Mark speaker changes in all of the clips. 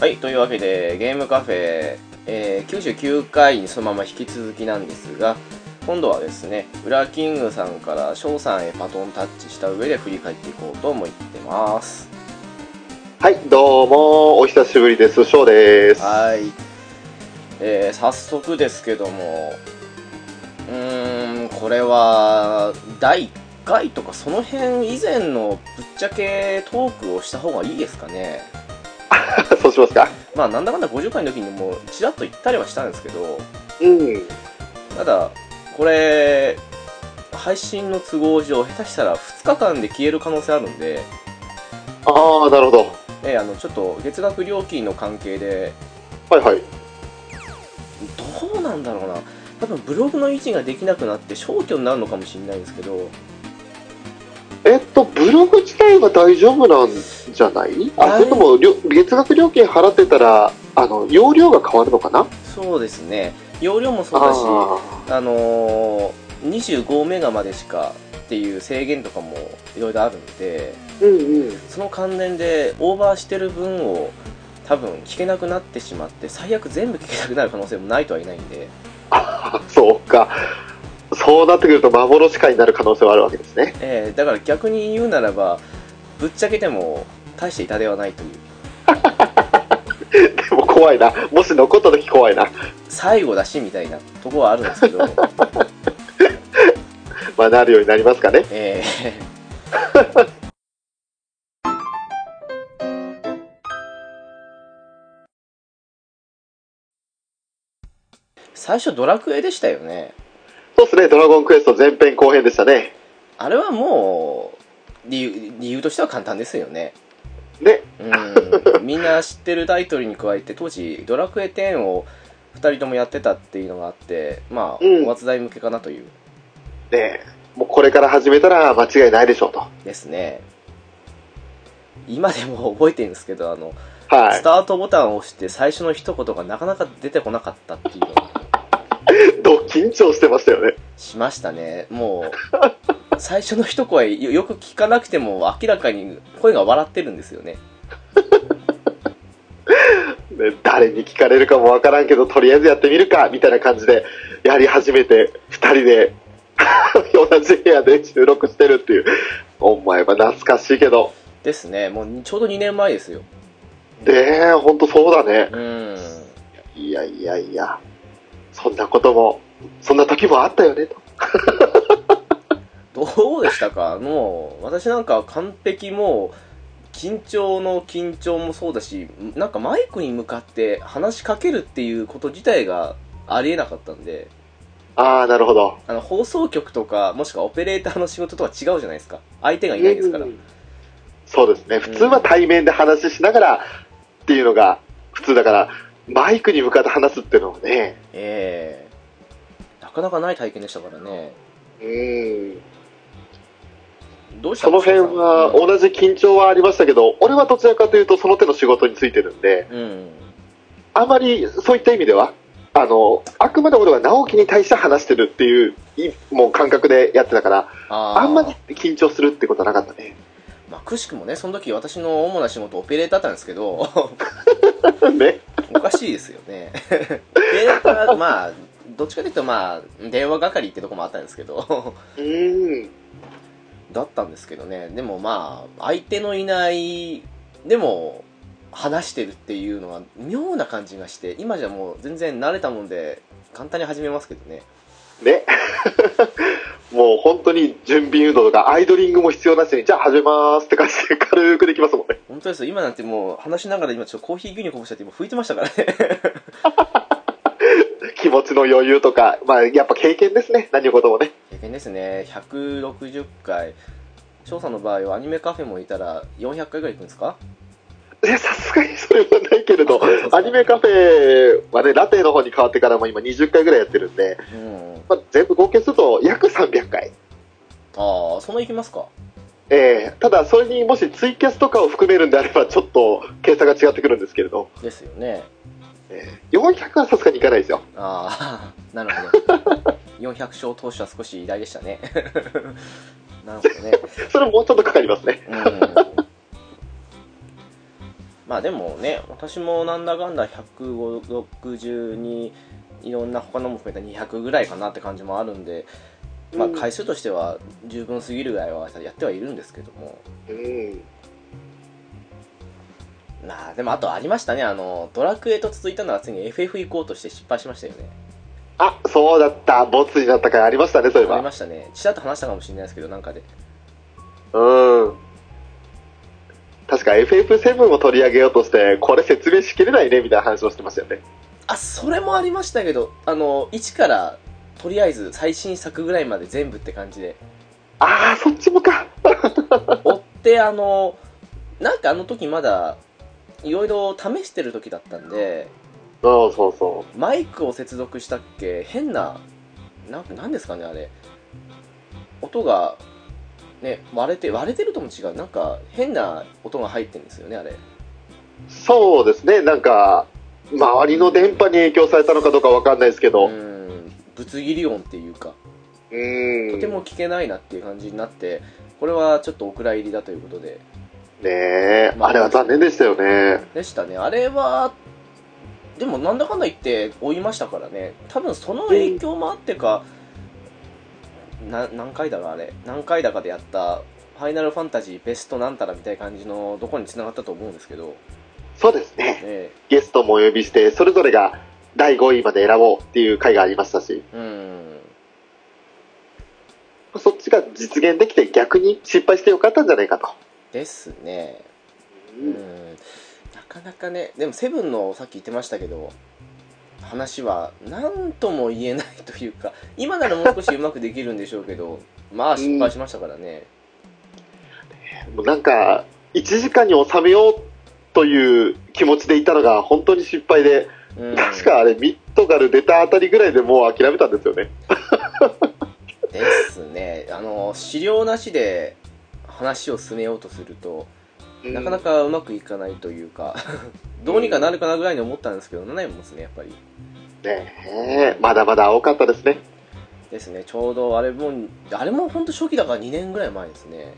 Speaker 1: はい、というわけで、ゲームカフェ、えー99回にそのまま引き続きなんですが、今度はですね、ウラキングさんから翔さんへバトンタッチした上で振り返っていこうと思ってます。
Speaker 2: はい、どうも、お久しぶりです。翔です。
Speaker 1: はい、えー早速ですけども、うーん、これは、第1回とかその辺以前のぶっちゃけトークをした方がいいですかね。
Speaker 2: そうしますか。
Speaker 1: まあ、なんだかんだ50回の時にもう、ちらっと言ったりはしたんですけど、
Speaker 2: うん。
Speaker 1: ただこれ配信の都合上下手したら2日間で消える可能性あるんで、
Speaker 2: ああ、なるほど。
Speaker 1: ね、あのちょっと月額料金の関係で
Speaker 2: はいはい。
Speaker 1: どうなんだろうな多分ブログの維持ができなくなって消去になるのかもしれないんですけど
Speaker 2: えっと、ブログ自体は大丈夫なんじゃないあ、
Speaker 1: は
Speaker 2: そ
Speaker 1: い
Speaker 2: れとも、りょ月額料金払ってたら、あの、容量が変わるのかな
Speaker 1: そうですね容量もそうだし
Speaker 2: あ
Speaker 1: あのー、25メガまでしかっていう制限とかもいろいろあるんで
Speaker 2: ーうんうん。
Speaker 1: その関連でオーバーしてる分を多分聞けなくなってしまって最悪全部聞けなくなる可能性もないとは言えないんで
Speaker 2: あそうか。そうなってくると、幻化になる可能性はあるわけですね。
Speaker 1: えーだから逆に言うならばぶっちゃけても大して痛手はないという
Speaker 2: でも、怖いな。もし残った時怖いな。
Speaker 1: 最後だしみたいなとこはあるんですけど、
Speaker 2: まあ、なるようになりますかね。
Speaker 1: えー最初ドラクエでしたよね
Speaker 2: そうですね、ドラゴンクエスト前編後編でしたね。
Speaker 1: あれはもう理由理由としては簡単ですよね
Speaker 2: ね。
Speaker 1: うんみんな知ってるタイトルに加えて当時「ドラクエ10」を2人ともやってたっていうのがあってまあ、
Speaker 2: うん
Speaker 1: お松代向けかなという
Speaker 2: ねもうこれから始めたら間違いないでしょうと。
Speaker 1: ですね今でも覚えてるんですけどあの、
Speaker 2: は
Speaker 1: スタートボタンを押して最初の一言がなかなか出てこなかったっていうのを
Speaker 2: い。ど緊張してましたよね。
Speaker 1: しましたねもう最初の一声よよく聞かなくても明らかに声が笑ってるんですよね
Speaker 2: ね誰に聞かれるかもわからんけど、とりあえずやってみるか、みたいな感じで、やり始めて、二人で、 同じ部屋で収録してるっていう。お前は懐かしいけど。
Speaker 1: ですねもうちょうど2年前ですよ
Speaker 2: ねえ、ほんとそうだね。
Speaker 1: うん
Speaker 2: いやいやいや。そんなことも、そんな時もあったよね、と。
Speaker 1: どうでしたかもう私なんか完璧もう緊張の緊張もそうだしなんかマイクに向かって話しかけるっていうこと自体がありえなかったんで
Speaker 2: ああ、なるほど。
Speaker 1: あの放送局とかもしくはオペレーターの仕事とは違うじゃないですか相手がいないですから、
Speaker 2: うんそうですね普通は対面で話ししながらっていうのが普通だからマイクに向かって話すっていうのはね
Speaker 1: ええなかなかない体験でしたからね
Speaker 2: うん
Speaker 1: どうした
Speaker 2: その辺は
Speaker 1: お
Speaker 2: 同じ緊張はありましたけど俺はどちらかというとその手の仕事についてるんで
Speaker 1: うん
Speaker 2: あまりそういった意味ではあのあくまで俺は直樹に対して話してるっていういもう感覚でやってたから
Speaker 1: あー
Speaker 2: あんまり緊張するってことはなかったね
Speaker 1: まあ、くしくもねその時私の主な仕事オペレーターだったんですけど
Speaker 2: ね
Speaker 1: おかしいですよね。で、まあ、どっちかというと、まあ、電話係ってとこもあったんですけど、
Speaker 2: うん
Speaker 1: だったんですけどね、でもまあ、相手のいない、でも、話してるっていうのは妙な感じがして、今じゃもう全然慣れたもんで、簡単に始めますけどね。
Speaker 2: ね もう本当に準備運動とかアイドリングも必要なしにじゃあ始めますって感じで 軽くできますもんね
Speaker 1: 本当ですよ、今なんてもう話しながら今ちょっとコーヒー牛乳こぼしちゃって今拭いてましたからね。
Speaker 2: 気持ちの余裕とかまあやっぱ経験ですね何事もね
Speaker 1: 経験ですね、160回。翔さんの場合はアニメカフェもいたら400回ぐらい行くんですか
Speaker 2: えさすがにそれはないけれど
Speaker 1: あそうですか
Speaker 2: アニメカフェはねラテの方に変わってからも今20回ぐらいやってるんで、
Speaker 1: うん。
Speaker 2: まあ、全部合計すると約300回
Speaker 1: ああ、そんな行きますか
Speaker 2: えーただそれにもしツイキャスとかを含めるんであればちょっと計算が違ってくるんですけれど
Speaker 1: ですよね
Speaker 2: 400はさすがにいかないですよ
Speaker 1: ああ なるほど400勝投手は少し偉大でしたね なるほどね
Speaker 2: それもうちょっとかかりますね
Speaker 1: うんままあでもね私もなんだかんだ162いろんな他のも含めた200ぐらいかなって感じもあるんで、まあ、
Speaker 2: うん
Speaker 1: 回数としては十分すぎるぐらいはやってはいるんですけども、
Speaker 2: うん
Speaker 1: まあでもあとありましたねあのドラクエと続いたのはついに FF 行こうとして失敗しましたよね
Speaker 2: あそうだったボツになった回ありましたねそういえ
Speaker 1: あ
Speaker 2: ば
Speaker 1: りましたねちらっと話したかもしれないですけどなんかで
Speaker 2: うん。確か FF7 を取り上げようとして、これ説明しきれないね、みたいな話をしてましたよね。
Speaker 1: あそれもありましたけどあの1からとりあえず最新作ぐらいまで全部って感じで
Speaker 2: ああ、そっちもか。
Speaker 1: 追ってあのなんかあの時まだいろいろ試してる時だったんで
Speaker 2: そうそうそ
Speaker 1: マイクを接続したっけ変なななんですかねあれ音がね割れて割れてるとも違うなんか変な音が入ってるんですよねあれ
Speaker 2: う。そうですね、なんか、周りの電波に影響されたのかどうかわかんないですけ
Speaker 1: う
Speaker 2: ど。
Speaker 1: んぶつ切り音っていうか
Speaker 2: うん。
Speaker 1: とても聞けないなっていう感じになってこれはちょっとお蔵入りだということで
Speaker 2: ねえ、あれは残念でしたよね。
Speaker 1: でしたねあれはでもなんだかんだ言って追いましたからね多分その影響もあってか、な何回だろうあれ何回だかでやった「ファイナルファンタジーベストなんたら」みたいな感じのどこに繋がったと思うんですけど、
Speaker 2: そうですね。
Speaker 1: え
Speaker 2: ゲストもお呼びして、それぞれが第5位まで選ぼうっていう回がありましたし、
Speaker 1: えうん
Speaker 2: そっちが実現できて逆に失敗してよかったんじゃないかと。
Speaker 1: ですね
Speaker 2: う、
Speaker 1: うんんなかなかねでも「セブンのさっき言ってましたけど話は何とも言えないというか今ならもう少しうまくできるんでしょうけどまあ失敗しましたからね、
Speaker 2: もうなんか、1時間に収めようという気持ちでいたのが本当に失敗で、
Speaker 1: うん、
Speaker 2: 確かあれ、ミッドガル出たあたりぐらいでもう諦めたんですよね。
Speaker 1: ですねあの資料なしで話を進めようとすると、なかなかうまくいかないというか どうにかなるかなぐらいに思ったんですけど7年もですねやっぱり
Speaker 2: ねえ、まだまだ青かったですね。
Speaker 1: ですねちょうどあれもあれも本当初期だから2年ぐらい前ですね、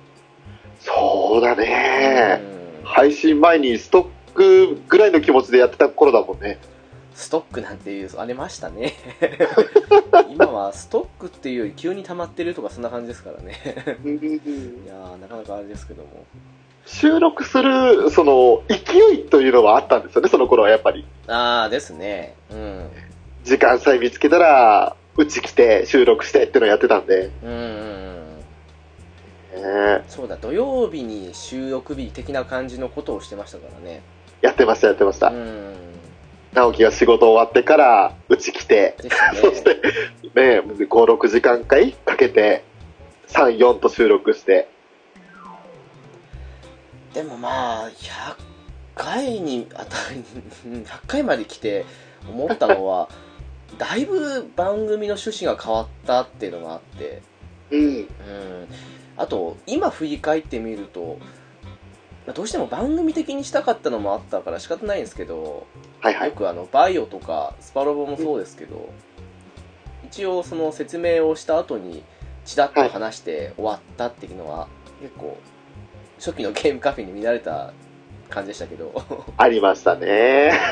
Speaker 2: そうだね。
Speaker 1: うん
Speaker 2: 配信前にストックぐらいの気持ちでやってた頃だもんね。
Speaker 1: ストックなんていうありましたね 今はストックっていうより急に溜まってるとかそんな感じですからねいやーなかなかあれですけども
Speaker 2: 収録する、その、勢いというのはあったんですよね、その頃はやっぱり。
Speaker 1: ああですねうん
Speaker 2: 時間さえ見つけたら、うち来て収録してっていうのをやってたんで。
Speaker 1: うんうんうん
Speaker 2: ねえ
Speaker 1: そうだ土曜日に収録日的な感じのことをしてましたからね
Speaker 2: やってました、やってました。
Speaker 1: うん
Speaker 2: 直樹が仕事終わってからうち来て、
Speaker 1: でしたね
Speaker 2: そしてね56時間かいかけて34と収録して
Speaker 1: でもまあ100回にあたり100回まで来て思ったのはだいぶ番組の趣旨が変わったっていうのがあって
Speaker 2: うん
Speaker 1: うんあと今振り返ってみるとまあどうしても番組的にしたかったのもあったから仕方ないんですけど、
Speaker 2: はいは
Speaker 1: よ
Speaker 2: い
Speaker 1: くあのバイオとかスパロボもそうですけど、一応その説明をした後にちらっと話して終わったっていうのは結構初期のゲームカフェに見られた感じでしたけど
Speaker 2: ありましたね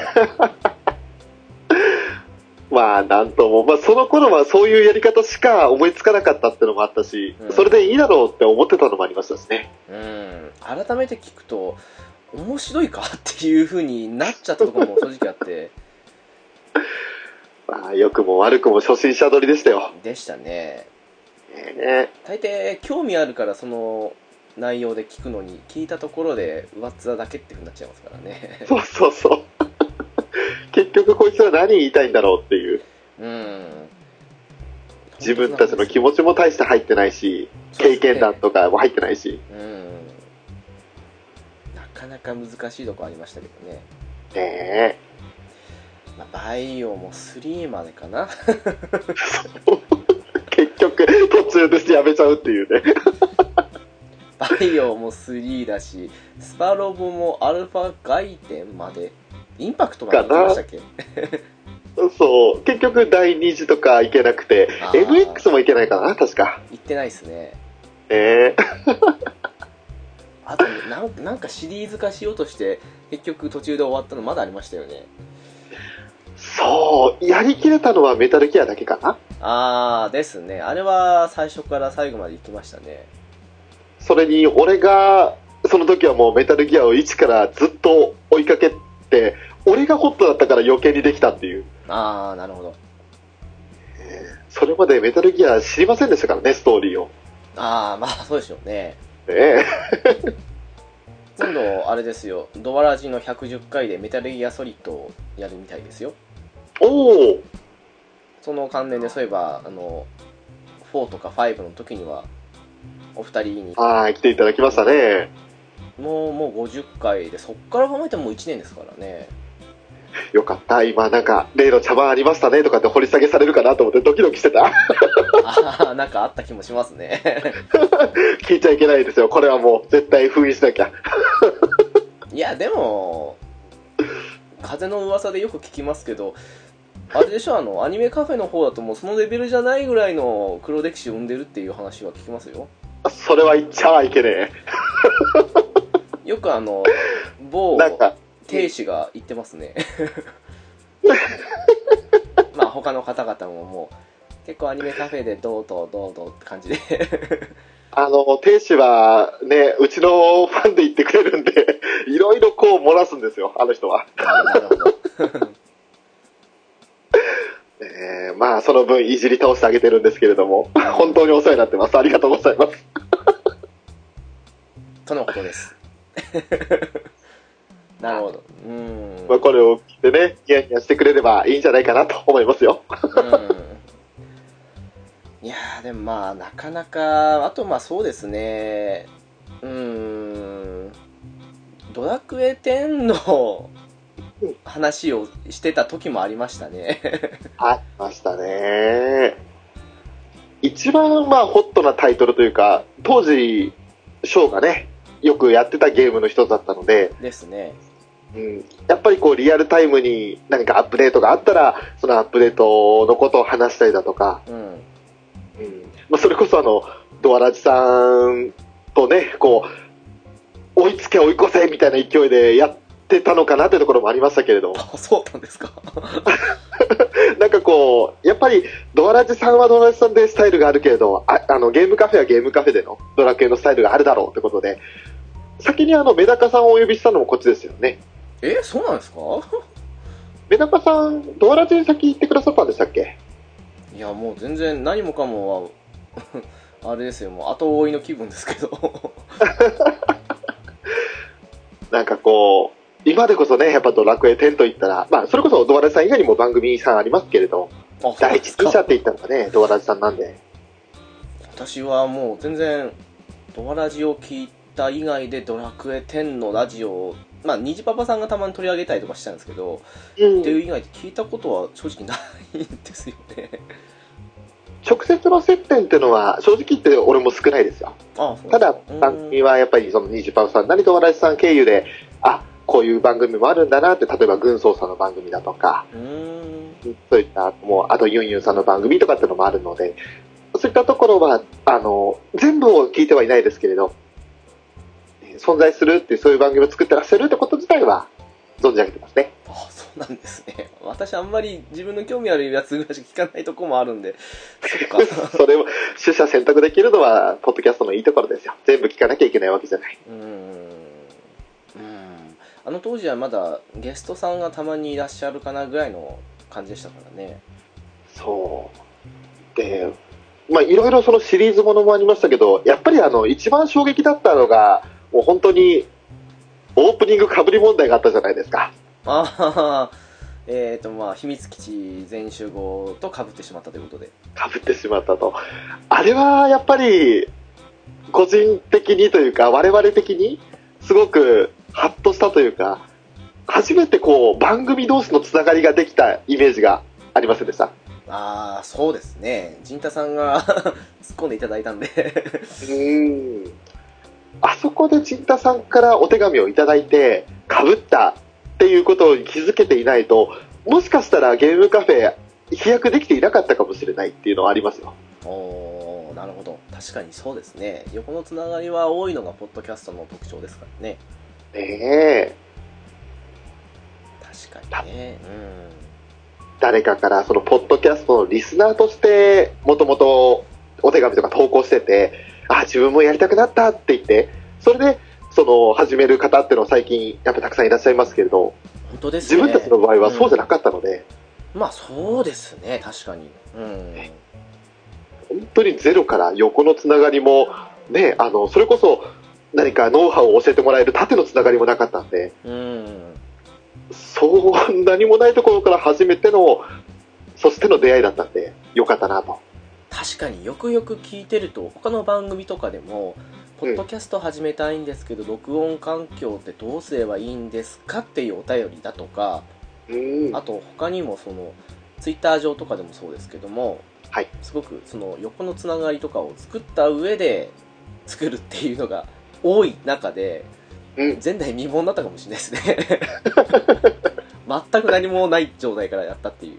Speaker 2: まあなんとも、まあ、その頃はそういうやり方しか思いつかなかったってのもあったし、
Speaker 1: うん
Speaker 2: それでいいだろうって思ってたのもありましたしね
Speaker 1: うん改めて聞くと面白いかっていう風になっちゃったところも正直あって
Speaker 2: まあ良くも悪くも初心者撮りでしたよ、
Speaker 1: でしたね
Speaker 2: ね
Speaker 1: 大抵興味あるからその内容で聞くのに聞いたところで上っ面だけってふうになっちゃいますからね
Speaker 2: そうそうそう 結局こいつは何言いたいんだろうっていう
Speaker 1: うん
Speaker 2: 自分たちの気持ちも大して入ってないし、
Speaker 1: そうで
Speaker 2: 経
Speaker 1: すね
Speaker 2: 験談とかも入ってないし、
Speaker 1: うんなかなか難しいとこありましたけどね、
Speaker 2: ねえ、
Speaker 1: まあ、バイオも3までかな
Speaker 2: 結局、途中でやめちゃうっていうね。
Speaker 1: バイオも3だしスパロボもアルファ外伝までインパクトまで行きましたっけ
Speaker 2: そう、結局第2次とか行けなくて
Speaker 1: あ、ー
Speaker 2: MX も行けないかな、確か。
Speaker 1: 行ってないですね
Speaker 2: ねえ、
Speaker 1: あとなんなんかシリーズ化しようとして結局途中で終わったのまだありましたよね
Speaker 2: そう、やりきれたのはメタルギアだけかな
Speaker 1: ああですねあれは最初から最後まで行きましたね
Speaker 2: それに俺がその時はもうメタルギアを1からずっと追いかけて俺がホットだったから余計にできたっていう
Speaker 1: ああなるほど
Speaker 2: それまでメタルギア知りませんでしたからねストーリーを
Speaker 1: ああまあそうでしょうね
Speaker 2: ねえ
Speaker 1: 今度あれですよドワラジの110回でメタルギアソリッドをやるみたいですよ
Speaker 2: おお
Speaker 1: その関連でそういえばあの4とか5の時にはお二人に
Speaker 2: はい来ていただきましたね
Speaker 1: もうもう50回でそっから考えてももう1年ですからね
Speaker 2: よかった今なんか例の茶番ありましたねとかって掘り下げされるかなと思ってドキドキしてた
Speaker 1: ああなんかあった気もしますね
Speaker 2: 聞いちゃいけないですよこれはもう絶対封印しなきゃ
Speaker 1: いやでも風の噂でよく聞きますけどあれでしょあのアニメカフェの方だともうそのレベルじゃないぐらいの黒歴史を生んでるっていう話は聞きますよ
Speaker 2: それは言っちゃいけねえ
Speaker 1: よくあの某
Speaker 2: なんか
Speaker 1: 亭主が言ってます ねまあ他の方々ももう結構アニメカフェでどうとどうとって感じで
Speaker 2: あの、亭主はね、うちのファンで言ってくれるんで、 いろいろこう漏らすんですよ、あの人は。
Speaker 1: なるほど
Speaker 2: えーまあ、その分いじり倒してあげてるんですけれども、 本当にお世話になってます。ありがとうございます。
Speaker 1: とのことですなるほどうーん
Speaker 2: まあ、これを聞いてね、ニヤニヤしてくれればいいんじゃないかなと思いますよ。
Speaker 1: うんいやーでもまあなかなかあとまあそうですねうーんドラクエ10の
Speaker 2: うん
Speaker 1: 話をしてた時もありましたね
Speaker 2: ありましたね。一番まあ、ホットなタイトルというか、当時、ショーがね、よくやってたゲームの一つだったので、
Speaker 1: ですね
Speaker 2: うんやっぱりこうリアルタイムに何かアップデートがあったらそのアップデートのことを話したりだとか、
Speaker 1: うん
Speaker 2: まあ、それこそあのドアラジさんとねこう追いつけ追い越せみたいな勢いでやってたのかなというところもありましたけれども
Speaker 1: あそうなんですか
Speaker 2: なんかこうやっぱりドアラジさんはドアラジさんでスタイルがあるけれどああのゲームカフェはゲームカフェでのドラクエのスタイルがあるだろうってことで先にあのメダカさんをお呼びしたのもこっちですよね
Speaker 1: えそうなんですか
Speaker 2: メダカさんドアラジに先行ってくださったんでしたっけ
Speaker 1: いやもう全然何もかもは あれですよもう後追いの気分ですけ ど
Speaker 2: なんかこう、今でこそね、やっぱドラクエ10と言ったら、まあ、それこそドアラジさん以外にも番組さんありますけれど、
Speaker 1: あそうなん
Speaker 2: 第
Speaker 1: で
Speaker 2: 一
Speaker 1: す
Speaker 2: 人
Speaker 1: か
Speaker 2: 者って言ったのがね、ドアラジさんなんで。
Speaker 1: 私はもう全然ドアラジを聞いた以外でドラクエ10のラジオをまあ虹パパさんがたまに取り上げたりとかしてたんですけど、っていう以外で聞いたことは正直ないんですよね
Speaker 2: 直接の接点っていうのは、正直言って俺も少ないですよ。
Speaker 1: ああそう
Speaker 2: ただ、
Speaker 1: うん
Speaker 2: 番組はやっぱりそのニジパンさんなりドアラジさん経由で、あ、こういう番組もあるんだなって、例えば軍曹さんの番組だとか、
Speaker 1: うーん
Speaker 2: そういった、もう、あとユンユンさんの番組とかってのもあるので、そういったところは、あの、全部を聞いてはいないですけれど、えー存在するっていう、そういう番組を作ってらっしゃるってこと自体は、存じ上げてますね。
Speaker 1: あそうなんですね私あんまり自分の興味あるやつぐらいしか聞かないとこもあるんでそっか
Speaker 2: それを、取捨選択できるのは、ポッドキャストのいいところですよ。全部聞かなきゃいけないわけじゃない。
Speaker 1: うーんうんあの当時はまだゲストさんがたまにいらっしゃるかなぐらいの感じでしたからね
Speaker 2: そう。で、まあ、いろいろそのシリーズものもありましたけど、やっぱりあの、一番衝撃だったのが、もう本当に、オープニング被り問題があったじゃないですか。
Speaker 1: ああえっ、とまあ秘密基地全集合と被ってしまったということで
Speaker 2: かぶってしまったとあれはやっぱり個人的にというか我々的にすごくハッとしたというか初めてこう番組同士のつながりができたイメージがありませんでした
Speaker 1: ああそうですね陣太さんが 突っ込んでいただいたんで
Speaker 2: うんあそこでちんたさんからお手紙をいただいてかぶったっていうことに気づけていないともしかしたらゲームカフェ飛躍できていなかったかもしれないっていうのはありますよ
Speaker 1: おーなるほど確かにそうですね横のつながりは多いのがポッドキャストの特徴ですからね
Speaker 2: ねえ。
Speaker 1: 確かにねう
Speaker 2: 誰かからそのポッドキャストのリスナーとしてもともとお手紙とか投稿しててあ自分もやりたくなったって言ってそれでその始める方っていうのは最近やっぱたくさんいらっしゃいますけれど
Speaker 1: ん本当です
Speaker 2: 自
Speaker 1: ね
Speaker 2: 分たちの場合はそうじゃ
Speaker 1: な
Speaker 2: なかったので、
Speaker 1: まあそうですね確かにうん
Speaker 2: 本当にゼロから横のつながりもねあのそれこそ何かノウハウを教えてもらえる縦のつながりもなかったんで
Speaker 1: うん
Speaker 2: そう何もないところから初めてのそしての出会いだったんでよかったなと
Speaker 1: 確かによくよく聞いてると他の番組とかでも「ポッドキャスト始めたいんですけど、録音環境ってどうすればいいんですか?」っていうお便りだとか
Speaker 2: うん
Speaker 1: あと他にもそのツイッター上とかでもそうですけども、
Speaker 2: はい
Speaker 1: すごくその横のつながりとかを作った上で作るっていうのが多い中で、
Speaker 2: うん
Speaker 1: 前代未聞だったかもしれないですね 全く何もない状態からやったってい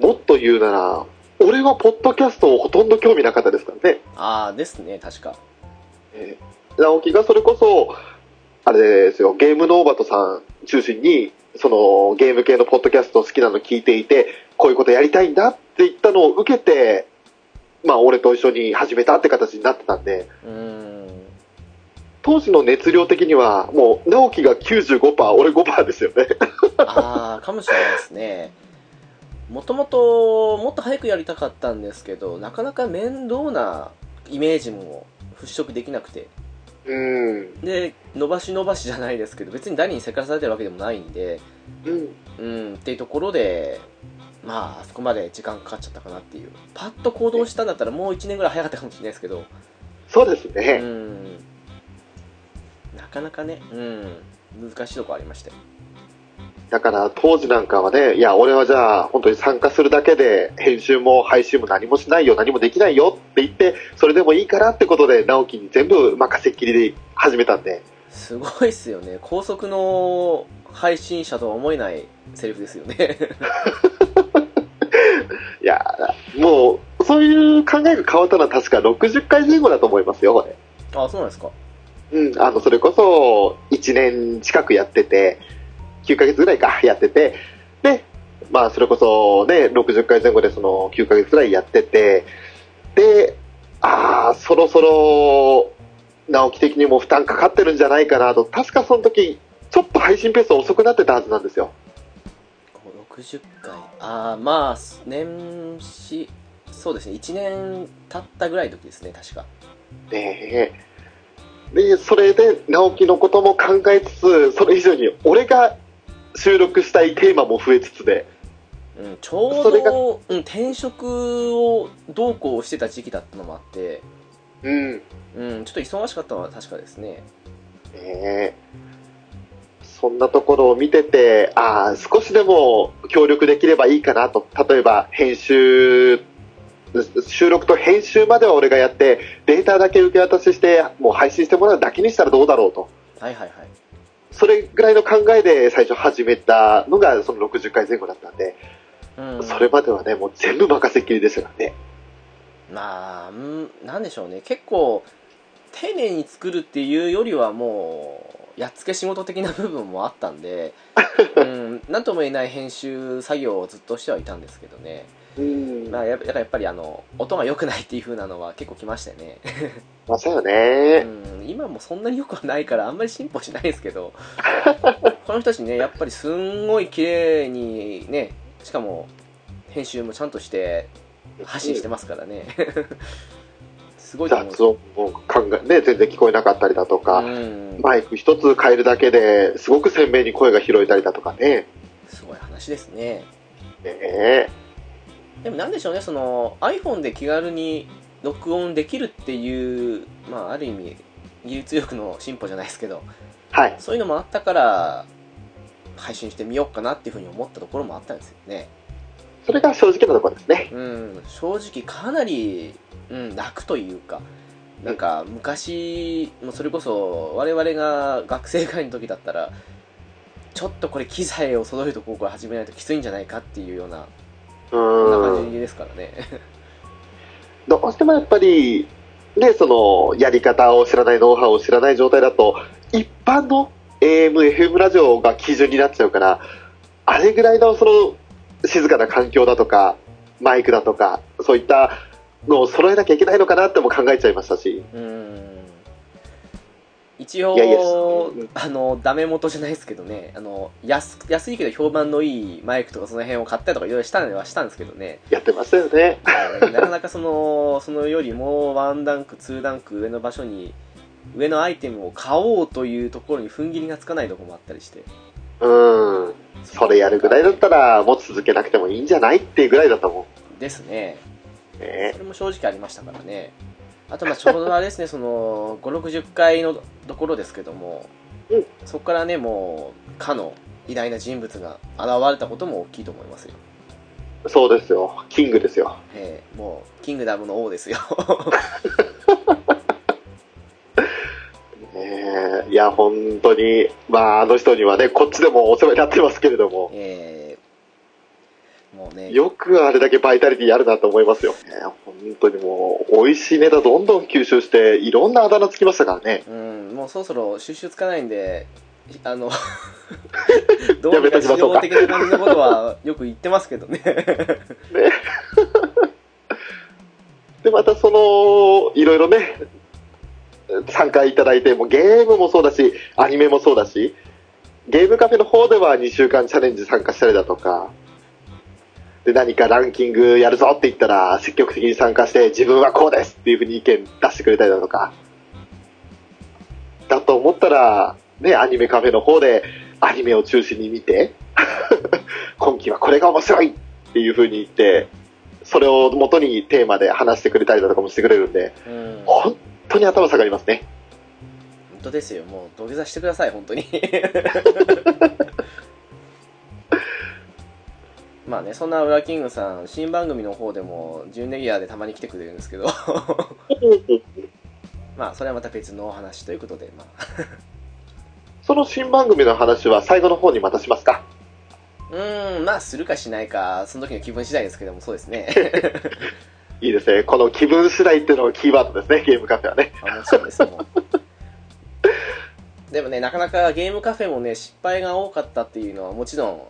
Speaker 1: う
Speaker 2: もっと言うなら、俺はポッドキャストをほとんど興味なかったですからね。
Speaker 1: ああですね確か
Speaker 2: えー直樹がそれこそ、あれですよ、ゲームノーバトさん中心に、そのゲーム系のポッドキャスト好きなの聞いていて、こういうことやりたいんだって言ったのを受けて、まあ俺と一緒に始めたって形になってたんで、
Speaker 1: うーん
Speaker 2: 当時の熱量的には、もう直樹が95%、俺5%ですよね。
Speaker 1: ああかもしれないですねもともともっと早くやりたかったんですけどなかなか面倒なイメージも払拭できなくて
Speaker 2: うん。
Speaker 1: で伸ばし伸ばしじゃないですけど別に誰にせかされてるわけでもないんで
Speaker 2: うん。
Speaker 1: うんっていうところでまああそこまで時間かかっちゃったかなっていうパッと行動したんだったらもう1年ぐらい早かったかもしれないですけど
Speaker 2: そうです
Speaker 1: う
Speaker 2: ね。
Speaker 1: んなかなかねうん難しいとこありましたよ
Speaker 2: だから当時なんかはね、いや、俺はじゃあ本当に参加するだけで編集も配信も何もしないよ、何もできないよって言って、それでもいいからってことで直樹に全部任せっきりで始めたんで、
Speaker 1: すごいっすよね高速の配信者とは思えないセリフですよね
Speaker 2: いや、もうそういう考えが変わったのは確か60回前後だと思いますよ、俺
Speaker 1: あそうなんですか
Speaker 2: うん、あの、それこそ1年近くやってて、9ヶ月ぐらいか、やってて、で、まあ、それこそね、60回前後でその9ヶ月ぐらいやってて、で、ああ、そろそろ、直樹的にも負担かかってるんじゃないかなと、確かその時、ちょっと配信ペース遅くなってたはずなんですよ。
Speaker 1: 60回ああまあ年始そうですね1年経ったぐらいの時ですね確か
Speaker 2: ねえでそれで直樹のことも考えつつそれ以上に俺が収録したいテーマも増えつつで
Speaker 1: うん、ちょ
Speaker 2: それ
Speaker 1: う
Speaker 2: が
Speaker 1: ど、うん、転職をどうこうしてた時期だったのもあって、
Speaker 2: うん
Speaker 1: うん、ちょっと忙しかったのは確かですね
Speaker 2: ねえそんなところを見ててああ少しでも協力できればいいかなと例えば編集収録と編集までは俺がやってデータだけ受け渡ししてもう配信してもらうだけにしたらどうだろうと
Speaker 1: はいはいはい
Speaker 2: それぐらいの考えで最初始めたのがその60回前後だったんで
Speaker 1: うん、
Speaker 2: それまではねもう全部任せっきりでしたからね
Speaker 1: まあ、うん、なんでしょうね結構丁寧に作るっていうよりはもうやっつけ仕事的な部分もあったんで、うん、なんとも言えない編集作業をずっとしてはいたんですけどね、
Speaker 2: うん
Speaker 1: まあ、やっぱやっぱりあの音が良くないっていう風なのは結構きましたよね、
Speaker 2: まさよ
Speaker 1: う
Speaker 2: ね
Speaker 1: ん、今もそんなに良くはないからあんまり進歩しないですけどこの人たちねやっぱりすんごい綺麗にねしかも編集もちゃんとして発信してますからねすごいと思うんです
Speaker 2: 雑音も考えね全然聞こえなかったりだとか、
Speaker 1: うん、
Speaker 2: マイク一つ変えるだけですごく鮮明に声が拾えたりだとかね。
Speaker 1: すごい話ですね
Speaker 2: ねえ
Speaker 1: でもなんでしょうねその iPhone で気軽に録音できるっていうまあある意味技術力の進歩じゃないですけど
Speaker 2: はい。
Speaker 1: そういうのもあったから配信してみようかなっていうふうに思ったところもあったんですよね
Speaker 2: それが正直なところですね。
Speaker 1: うん正直かなり、うん、楽というかなんか昔もうそれこそ我々が学生会の時だったらちょっとこれ機材を揃えるとこから始めないときついんじゃないかっていうような
Speaker 2: う
Speaker 1: そんな
Speaker 2: ー
Speaker 1: 感
Speaker 2: ん。
Speaker 1: じですからね
Speaker 2: どうしてもやっぱり、ね、その、やり方を知らない、ノウハウを知らない状態だと、一般の AM、FM ラジオが基準になっちゃうから、あれぐらいのその静かな環境だとか、マイクだとか、そういったのを揃えなきゃいけないのかなっても考えちゃいましたし、
Speaker 1: うーん一応
Speaker 2: いやいやうん
Speaker 1: あのダメ元じゃないですけどねあの安安いけど評判のいいマイクとかその辺を買ったりとかいろいろしたのはしたんですけどね
Speaker 2: やってましたよね。
Speaker 1: はいなかなかそのそのよりもワンダンクツーダンク上の場所に上のアイテムを買おうというところに踏ん切りがつかないところもあったりして
Speaker 2: うん。それやるぐらいだったら、もう続けなくてもいいんじゃないっていうぐらいだったも
Speaker 1: ですね
Speaker 2: ん。ね
Speaker 1: それも正直ありましたからねあとまあちょうどあれですね その560回のところですけども、
Speaker 2: うん
Speaker 1: そこからねもうかの偉大な人物が現れたことも大きいと思いますよ、
Speaker 2: そうですよ。キングですよ。
Speaker 1: ええもうキングダムの王ですよ
Speaker 2: ねえいや、本当に、まあ、あの人にはね、こっちでもお世話になってますけれども、
Speaker 1: ええもうね
Speaker 2: よくあれだけバイタリティやるなと思いますよ。ねえ本当にもう、美味しいネタどんどん吸収して、いろんなあだ名つきましたからね。
Speaker 1: うん、もうそろそろ収集つかないんで、あ の、ど
Speaker 2: や
Speaker 1: うにか
Speaker 2: め
Speaker 1: 自
Speaker 2: ときましょう
Speaker 1: 動
Speaker 2: か
Speaker 1: 的な感じのことはよく言ってますけどね。
Speaker 2: で、またその、いろいろね、参加いただいて、もうゲームもそうだし、アニメもそうだし、ゲームカフェの方では2週間チャレンジ参加したりだとか、で、何かランキングやるぞって言ったら、積極的に参加して、自分はこうですっていうふうに意見出してくれたりだとか、だと思ったら、ね、アニメカフェの方で、アニメを中心に見て、 今期はこれが面白いっていうふうに言って、それを元にテーマで話してくれたりだとかもしてくれるんで、
Speaker 1: うん、本
Speaker 2: 本当に頭下がりますね。
Speaker 1: 当ですよ、もう土下座してください、本当に。 まあね、そんなウラキングさん、新番組の方でも、準レギュラーでたまに来てくれるんですけど、 まあ、それはまた別のお話ということで、まあ、
Speaker 2: その新番組の話は最後の方にまたしますか。
Speaker 1: うん、まあ、するかしないか、その時の気分次第ですけども、そうですね。
Speaker 2: いいですね。この気分次第っていうのがキーワードですね、ゲームカフェはね。
Speaker 1: あもちろんですもうでもねなかなかゲームカフェもね失敗が多かったっていうのはもちろん、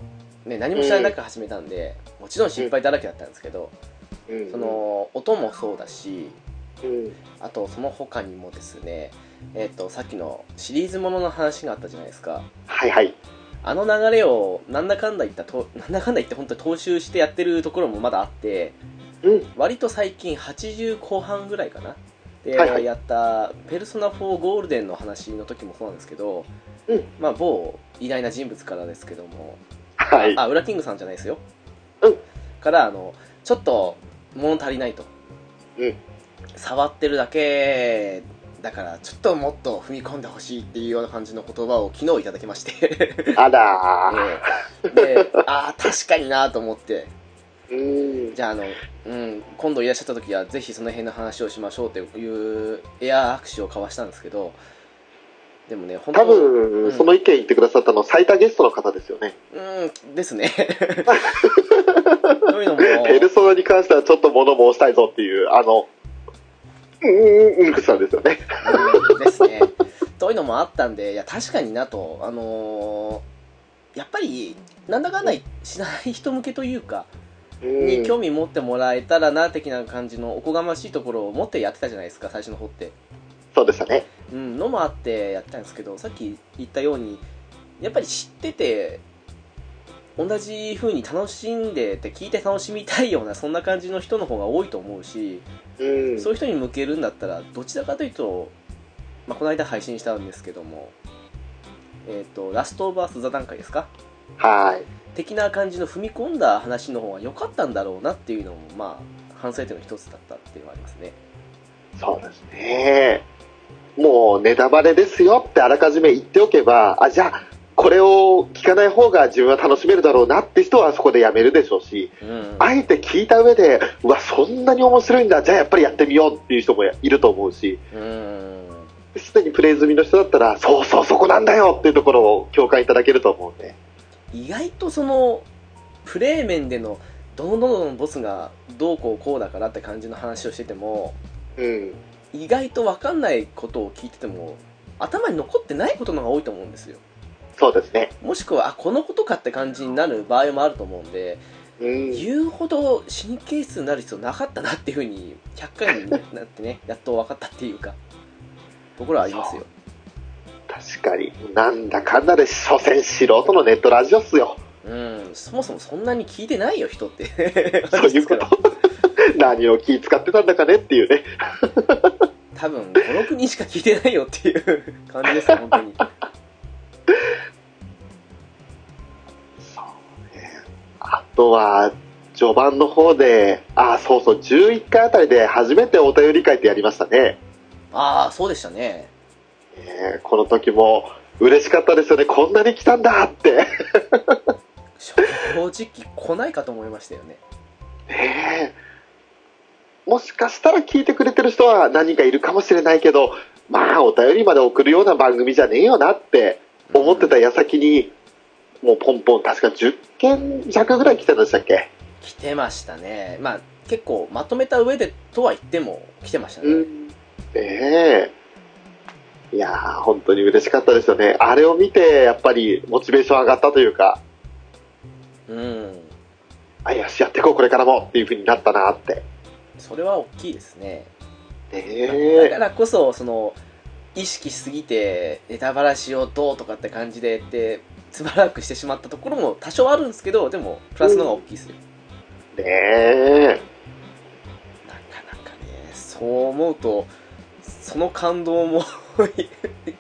Speaker 1: ね、何も知らなく始めたんで、もちろん失敗だらけだったんですけど、そ、の音もそうだし
Speaker 2: うん、
Speaker 1: あとその他にもですねえっ、とさっきのシリーズものの話があったじゃないですか
Speaker 2: はいはい。
Speaker 1: あの流れをなんだかんだ言ったとなんだかんだ言って本当に踏襲してやってるところもまだあって
Speaker 2: うん、
Speaker 1: 割と最近80後半ぐらいかなで、
Speaker 2: はいはい
Speaker 1: やった「ペルソナ4ゴールデン」の話の時もそうなんですけど、
Speaker 2: うん
Speaker 1: まあ、某偉大な人物からですけども、
Speaker 2: はい。
Speaker 1: あウラキングさんじゃないですよ、
Speaker 2: うん
Speaker 1: からあのちょっと物足りないと、
Speaker 2: うん
Speaker 1: 触ってるだけだからちょっともっと踏み込んでほしいっていうような感じの言葉を昨日いただきまして、
Speaker 2: あら
Speaker 1: でああ確かになと思って
Speaker 2: ー。うん。
Speaker 1: じゃああの、うん、今度いらっしゃった時はぜひその辺の話をしましょうというエアー握手を交わしたんですけどでもね本当
Speaker 2: 多分、その意見言ってくださったの最多ゲストの方ですよね。
Speaker 1: うんですね というの も
Speaker 2: ペルソナに関してはちょっと物申したいぞっていう、あの、うん、うん、うん、さんですよね。
Speaker 1: うんですねというのもあったんでいや確かになとあのーやっぱりなんだかんだ知らない人向けというかに興味持ってもらえたらな的な感じのおこがましいところを持ってやってたじゃないですか最初の方って
Speaker 2: そうでしたね。
Speaker 1: うん、のもあってやったんですけどさっき言ったようにやっぱり知ってて同じ風に楽しんでて聞いて楽しみたいようなそんな感じの人の方が多いと思うし、
Speaker 2: うん。
Speaker 1: そういう人に向けるんだったらどちらかというと、まあ、この間配信したんですけども「えっとラストオブアス座談会」ですか
Speaker 2: はい。
Speaker 1: 的な感じの踏み込んだ話の方が良かったんだろうなっていうのもまあ反省点の一つだったっていうのはありますね。
Speaker 2: そうですね。もうネタバレですよってあらかじめ言っておけば、あ、じゃあ、これを聞かない方が自分は楽しめるだろうなって人はそこでやめるでしょうし、
Speaker 1: うん
Speaker 2: あえて聞いた上で、うわ、そんなに面白いんだ、じゃあやっぱりやってみようっていう人もいると思うし、
Speaker 1: うん
Speaker 2: すでにプレイ済みの人だったら、そうそうそこなんだよっていうところを共感いただけると思うんで。
Speaker 1: 意外とそのプレー面でのどのどのボスがどうこうこうだからって感じの話をしてても
Speaker 2: うん。
Speaker 1: 意外と分かんないことを聞いてても頭に残ってないことの方が多いと思うんですよ
Speaker 2: そうですね。
Speaker 1: もしくはあこのことかって感じになる場合もあると思うんで、
Speaker 2: うん。
Speaker 1: 言うほど神経質になる必要なかったなっていうふうに100回になってね やっと分かったっていうかところはありますよ
Speaker 2: 確かに。なんだかんだで、所詮素人のネットラジオっすよ。
Speaker 1: うんそもそもそんなに聞いてないよ人って
Speaker 2: そういうこと 何を気使ってたんだかねっていうね。
Speaker 1: 多分56人しか聞いてないよっていう感じですよ本当 に
Speaker 2: あとは、序盤の方で、あ、そうそう、11回あたりで初めてお便り会ってやりましたね。
Speaker 1: ああそうでしたね
Speaker 2: えーこの時も、嬉しかったですよね。こんなに来たんだって。
Speaker 1: 正直来ないかと思いましたよね
Speaker 2: ねえもしかしたら聞いてくれてる人は何人かいるかもしれないけどまあお便りまで送るような番組じゃねえよなって思ってた矢先にもうポンポン確か10件弱ぐらい来てたんでしたっけ
Speaker 1: 来てましたねまあ結構まとめた上でとは言っても来てましたね、
Speaker 2: んねえいやー本当に嬉しかったですよねあれを見てやっぱりモチベーション上がったというか
Speaker 1: うん
Speaker 2: あよしやっていこうこれからもっていう風になったなってね
Speaker 1: それは大きいですねだか
Speaker 2: え
Speaker 1: らこそその意識しすぎてネタバラシをどうとかって感じでってつまらなくしてしまったところも多少あるんですけどでもプラスの方が大きいですよ、
Speaker 2: ねえ
Speaker 1: なかなかねそう思うとその感動も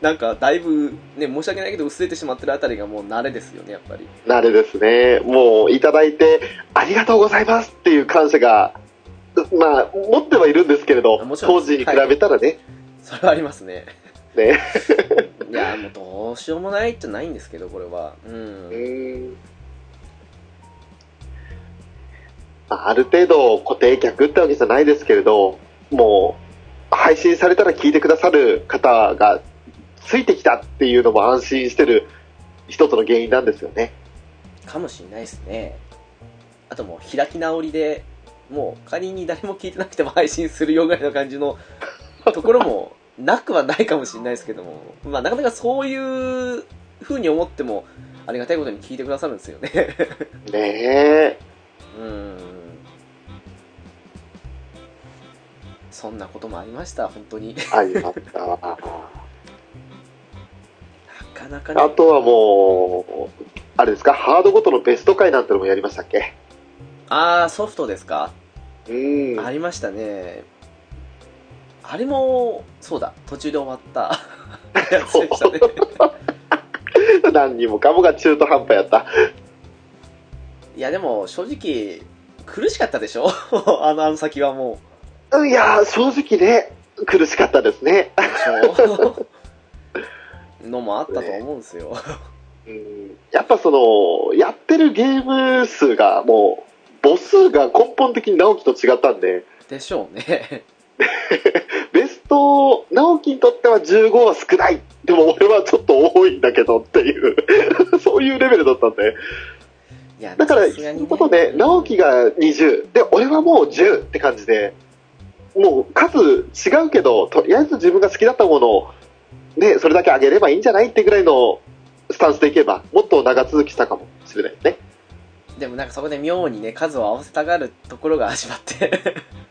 Speaker 1: なんかだいぶね申し訳ないけど薄れてしまってるあたりがもう慣れですよねやっぱり
Speaker 2: 慣れですね、もういただいてありがとうございますっていう感謝が、まあ、持ってはいるんですけれど
Speaker 1: あ、もちろん
Speaker 2: 当時に比べたらね、
Speaker 1: それはありますね
Speaker 2: ね
Speaker 1: いやもうどうしようもないじゃないんですけどこれはう
Speaker 2: うんんまあある程度固定客ってわけじゃないですけれど、もう配信されたら聞いてくださる方がついてきたっていうのも安心してる一つの原因なんですよね。
Speaker 1: かもしんないですねあともう開き直りでもう仮に誰も聞いてなくても配信するよぐらいの感じのところもなくはないかもしんないですけどもまあなかなかそういう風に思ってもありがたいことに聞いてくださるんですよね
Speaker 2: ねえ
Speaker 1: うーんそんなこともありました本当に な
Speaker 2: ありましたわ。
Speaker 1: かなかね
Speaker 2: あとはもう、あれですか、ハードごとのベスト回なんてのもやりましたっけ
Speaker 1: ああソフトですか
Speaker 2: うん。
Speaker 1: ありましたねあれもそうだ途中で終わった やつでしたね
Speaker 2: 何人もかもが中途半端やった。
Speaker 1: いやでも正直苦しかったでしょ あのあの先はも
Speaker 2: うんいやー、正直ね、苦しかったですね。
Speaker 1: うでしょのもあったと思うんですよ、
Speaker 2: うんやっぱその、やってるゲーム数がもう、母数が根本的に直樹と違ったんで、
Speaker 1: でしょうね
Speaker 2: ベスト、直樹にとっては15は少ない。でも俺はちょっと多いんだけどっていう、 そういうレベルだったんで。
Speaker 1: いや
Speaker 2: だから、
Speaker 1: さすが
Speaker 2: そう
Speaker 1: に
Speaker 2: いうことで、直樹が20、で、俺はもう10って感じで、もう数違うけど、とりあえず自分が好きだったものを、ね、それだけ上げればいいんじゃないってぐらいのスタンスでいけば、もっと長続きしたかもしれないですね。
Speaker 1: でもなんかそこで妙にね数を合わせたがるところが始まって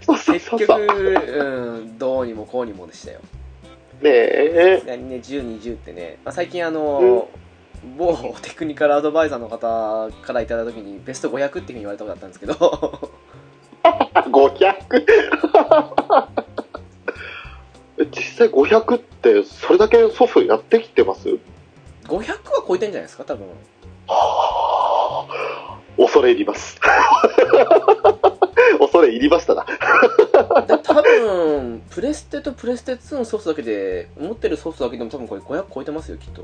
Speaker 2: そうそう
Speaker 1: 結
Speaker 2: そう
Speaker 1: 局
Speaker 2: そう。ね
Speaker 1: うんどうにもこうにもでしたよ
Speaker 2: え
Speaker 1: さす。がにね1020ってね、まあ、最近あの、某テクニカルアドバイザーの方からいただいた時にベスト500っていうふうに言われたことだったんですけど
Speaker 2: 500。実際500って、それだけ祖父やってきてます
Speaker 1: 500は超えてんじゃないですか多分
Speaker 2: はあ恐れ入ります。 恐れ入りましたな。
Speaker 1: で多分プレステとプレステ2のソフトだけで持ってるソフトだけでも多分これ500超えてますよきっと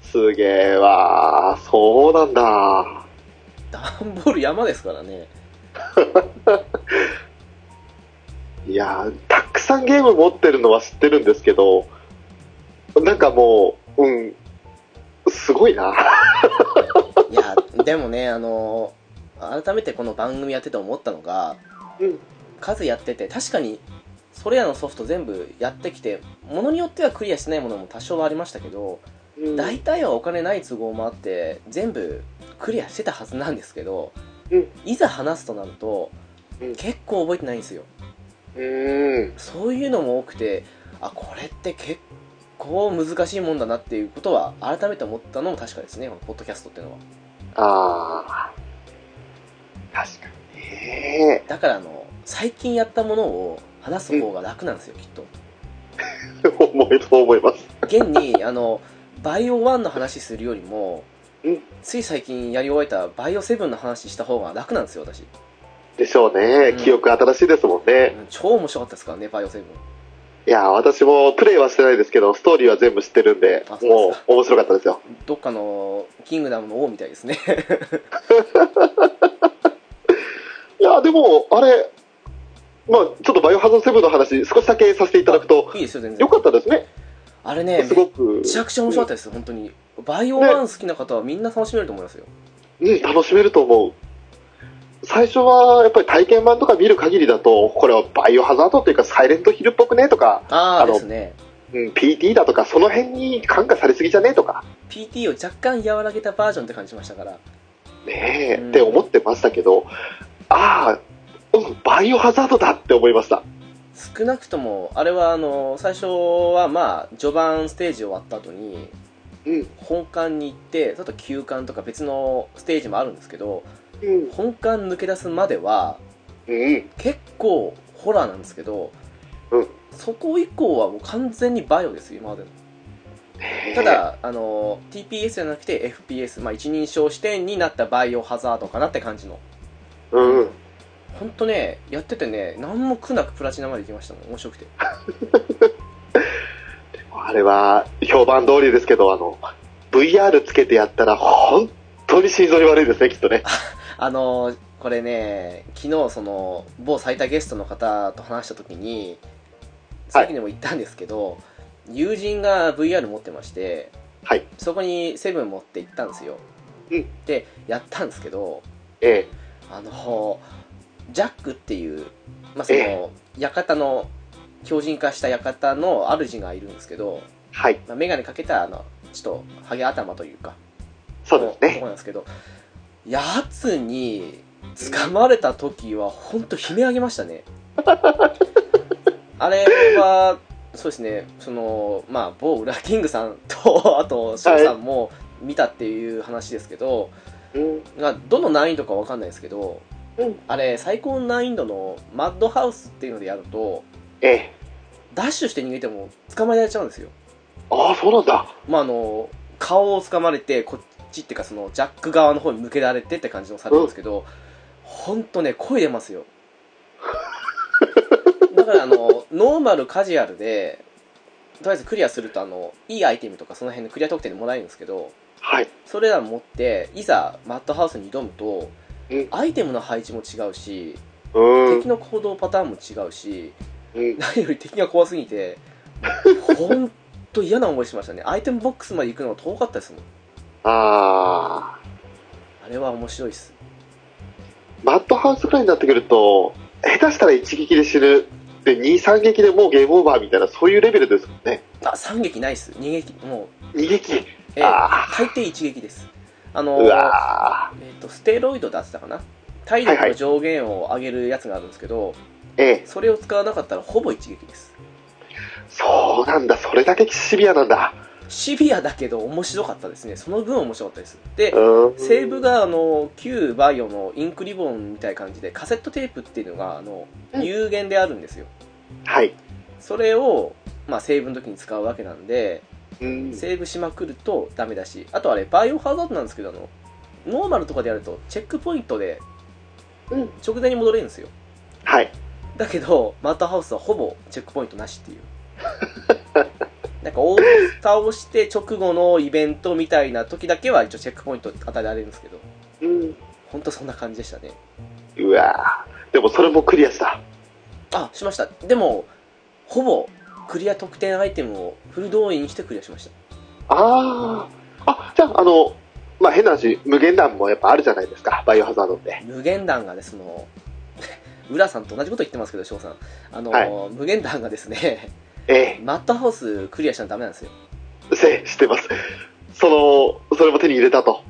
Speaker 2: すげえわーそうなんだ。
Speaker 1: 段ボール山ですからね
Speaker 2: いやーたくさんゲーム持ってるのは知ってるんですけど、なんかもう、うん、すごいな。
Speaker 1: いやでもねあの改めてこの番組やってて思ったのが
Speaker 2: うん、
Speaker 1: 数やってて確かにそれらのソフト全部やってきてものによってはクリアしてないものも多少はありましたけど
Speaker 2: うん
Speaker 1: 大体はお金ない都合もあって全部クリアしてたはずなんですけど、
Speaker 2: うん
Speaker 1: いざ話すとなると、
Speaker 2: うん
Speaker 1: 結構覚えてないんですよ
Speaker 2: うん
Speaker 1: そういうのも多くてあこれって結構難しいもんだなっていうことは改めて思ったのも確かですねこのポッドキャストっていうのは
Speaker 2: ああ確かにね
Speaker 1: だからあの最近やったものを話す方が楽なんですよ、きっと
Speaker 2: 思いと思います
Speaker 1: 現にあのバイオ1の話するよりも、
Speaker 2: うん
Speaker 1: つい最近やり終えたバイオ7の話した方が楽なんですよ私
Speaker 2: でしょうね、
Speaker 1: うん
Speaker 2: 記憶新しいですもんね、
Speaker 1: うん超面白かったですからねバイオ7
Speaker 2: いやー私もプレイはしてないですけどストーリーは全部知ってるんで
Speaker 1: あそうですか
Speaker 2: もう面白かったですよ
Speaker 1: どっかのキングダムの王みたいです ね
Speaker 2: いやーでもあれまあちょっとバイオハザード7の話少しだけさせていただくと
Speaker 1: いいですよ全然
Speaker 2: よかったですね
Speaker 1: あれね
Speaker 2: すごく
Speaker 1: めちゃくちゃ面白かったです本当にバイオ1好きな方はみんな楽しめると思いますよ
Speaker 2: うん、楽しめると思う。最初はやっぱり体験版とか見る限りだと、これはバイオハザードというか、サイレントヒルっぽくねとか、
Speaker 1: ああ
Speaker 2: あの
Speaker 1: ですね
Speaker 2: うん、PT だとか、その辺に感化されすぎじゃねえとか、
Speaker 1: PT を若干和らげたバージョンって感じしましたから
Speaker 2: ねえ、
Speaker 1: うん
Speaker 2: って思ってましたけど、ああ、うん、バイオハザードだって思いました。
Speaker 1: 少なくともあれはあの最初はまあ序盤ステージ終わった後に
Speaker 2: うん、
Speaker 1: 本館に行ってあと休館とか別のステージもあるんですけど
Speaker 2: うん、
Speaker 1: 本館抜け出すまでは
Speaker 2: うん、
Speaker 1: 結構ホラーなんですけど、
Speaker 2: うん
Speaker 1: そこ以降はもう完全にバイオですよ今までのただあの TPS じゃなくて FPS、まあ、一人称視点になったバイオハザードかなって感じの
Speaker 2: うん、うん、
Speaker 1: ほんとねやっててね何も苦なくプラチナまで行きましたもん面白くて
Speaker 2: あれは評判通りですけど、あの、VR つけてやったら、本当に心臓に悪いですね、きっとね。
Speaker 1: あのこれね昨日その某最多ゲストの方と話した時に
Speaker 2: はい
Speaker 1: さっきにも言ったんですけど、友人が VR 持ってまして、
Speaker 2: はい
Speaker 1: そこにセブン持って行ったんですよ、
Speaker 2: うん
Speaker 1: でやったんですけど
Speaker 2: え
Speaker 1: あのジャックっていう、まあ、その
Speaker 2: え
Speaker 1: 館の強靭化した館の主がいるんですけど、
Speaker 2: え、はい、
Speaker 1: まあ、眼鏡かけたあのちょっとハゲ頭というか
Speaker 2: そうですね
Speaker 1: 男。なんですけどやつに掴まれた時は本当悲鳴あげました ねあれはそうですねそのまあ某ウラキングさんとあと翔さんも見たっていう話ですけど、
Speaker 2: うん、
Speaker 1: がどの難易度かわかんないですけど、
Speaker 2: うん
Speaker 1: あれ最高の難易度のマッドハウスっていうのでやると
Speaker 2: ええ。
Speaker 1: ダッシュして逃げても捕まえられちゃうんですよ
Speaker 2: ああ、そうなんだ。
Speaker 1: まああの顔を掴まれてこっちっていうかそのジャック側の方に向けられてって感じのされるんですけど、ほんとね声出ますよだからあのノーマルカジュアルでとりあえずクリアするとあのいいアイテムとかその辺のクリア得点でもらえるんですけど
Speaker 2: はい。
Speaker 1: それら持っていざマッドハウスに挑むと、
Speaker 2: うん
Speaker 1: アイテムの配置も違うし、
Speaker 2: うーん
Speaker 1: 敵。の行動パターンも違うし
Speaker 2: うん
Speaker 1: 何より敵が怖すぎてほんと嫌な思いしましたね アイテムボックスまで行くのが遠かったですもん
Speaker 2: ああ。
Speaker 1: あれは面白いっす
Speaker 2: マッドハウスくらいになってくると、下手したら一撃で死ぬ。で、二、三撃でもうゲームオーバーみたいな、そういうレベルですもんね。
Speaker 1: あ三撃ないっす二撃もう
Speaker 2: 二撃。
Speaker 1: えー
Speaker 2: ああ。
Speaker 1: 大抵一撃ですあの
Speaker 2: うわあ。
Speaker 1: えー、とステロイドだってたかな体
Speaker 2: はい
Speaker 1: 力の上
Speaker 2: はい
Speaker 1: 限を上げるやつがあるんですけど、
Speaker 2: ええ。
Speaker 1: それを使わなかったらほぼ一撃です
Speaker 2: そうなんだ。それだけシビアなんだ。
Speaker 1: シビアだけど面白かったですねその分面白かったですで
Speaker 2: うーん。
Speaker 1: セーブ。があの旧バイオのインクリボンみたいな感じでカセットテープっていうのがあの
Speaker 2: うん
Speaker 1: 有限であるんですよ
Speaker 2: はい。
Speaker 1: それを、まあ、セーブの時に使うわけなんで
Speaker 2: うん。
Speaker 1: セーブしまくるとダメだしあとあれバイオハザードなんですけどあのノーマルとかでやるとチェックポイントで
Speaker 2: うん
Speaker 1: 直前に戻れるんですよ
Speaker 2: はい。
Speaker 1: だけどマットハウスはほぼチェックポイントなし っていうなんか大蓋をして直後のイベントみたいな時だけは一応チェックポイント与えられるんですけど
Speaker 2: うん。
Speaker 1: ほんとそんな感じでしたね
Speaker 2: うわあ。でもそれもクリアした。
Speaker 1: あしましたでもほぼクリア得点アイテムをフル動員にしてクリアしました
Speaker 2: ああ。あ、じゃあ、あの、まあ、変な話、無限弾もやっぱあるじゃないですか。バイオハザードって。
Speaker 1: 無限弾がですの 浦さんと同じこと言ってますけど翔さんあの、
Speaker 2: は
Speaker 1: 無限弾がですね
Speaker 2: ええ。
Speaker 1: マットハウスクリアしちゃダメなんですよ
Speaker 2: せしてます。その、それも手に入れたと。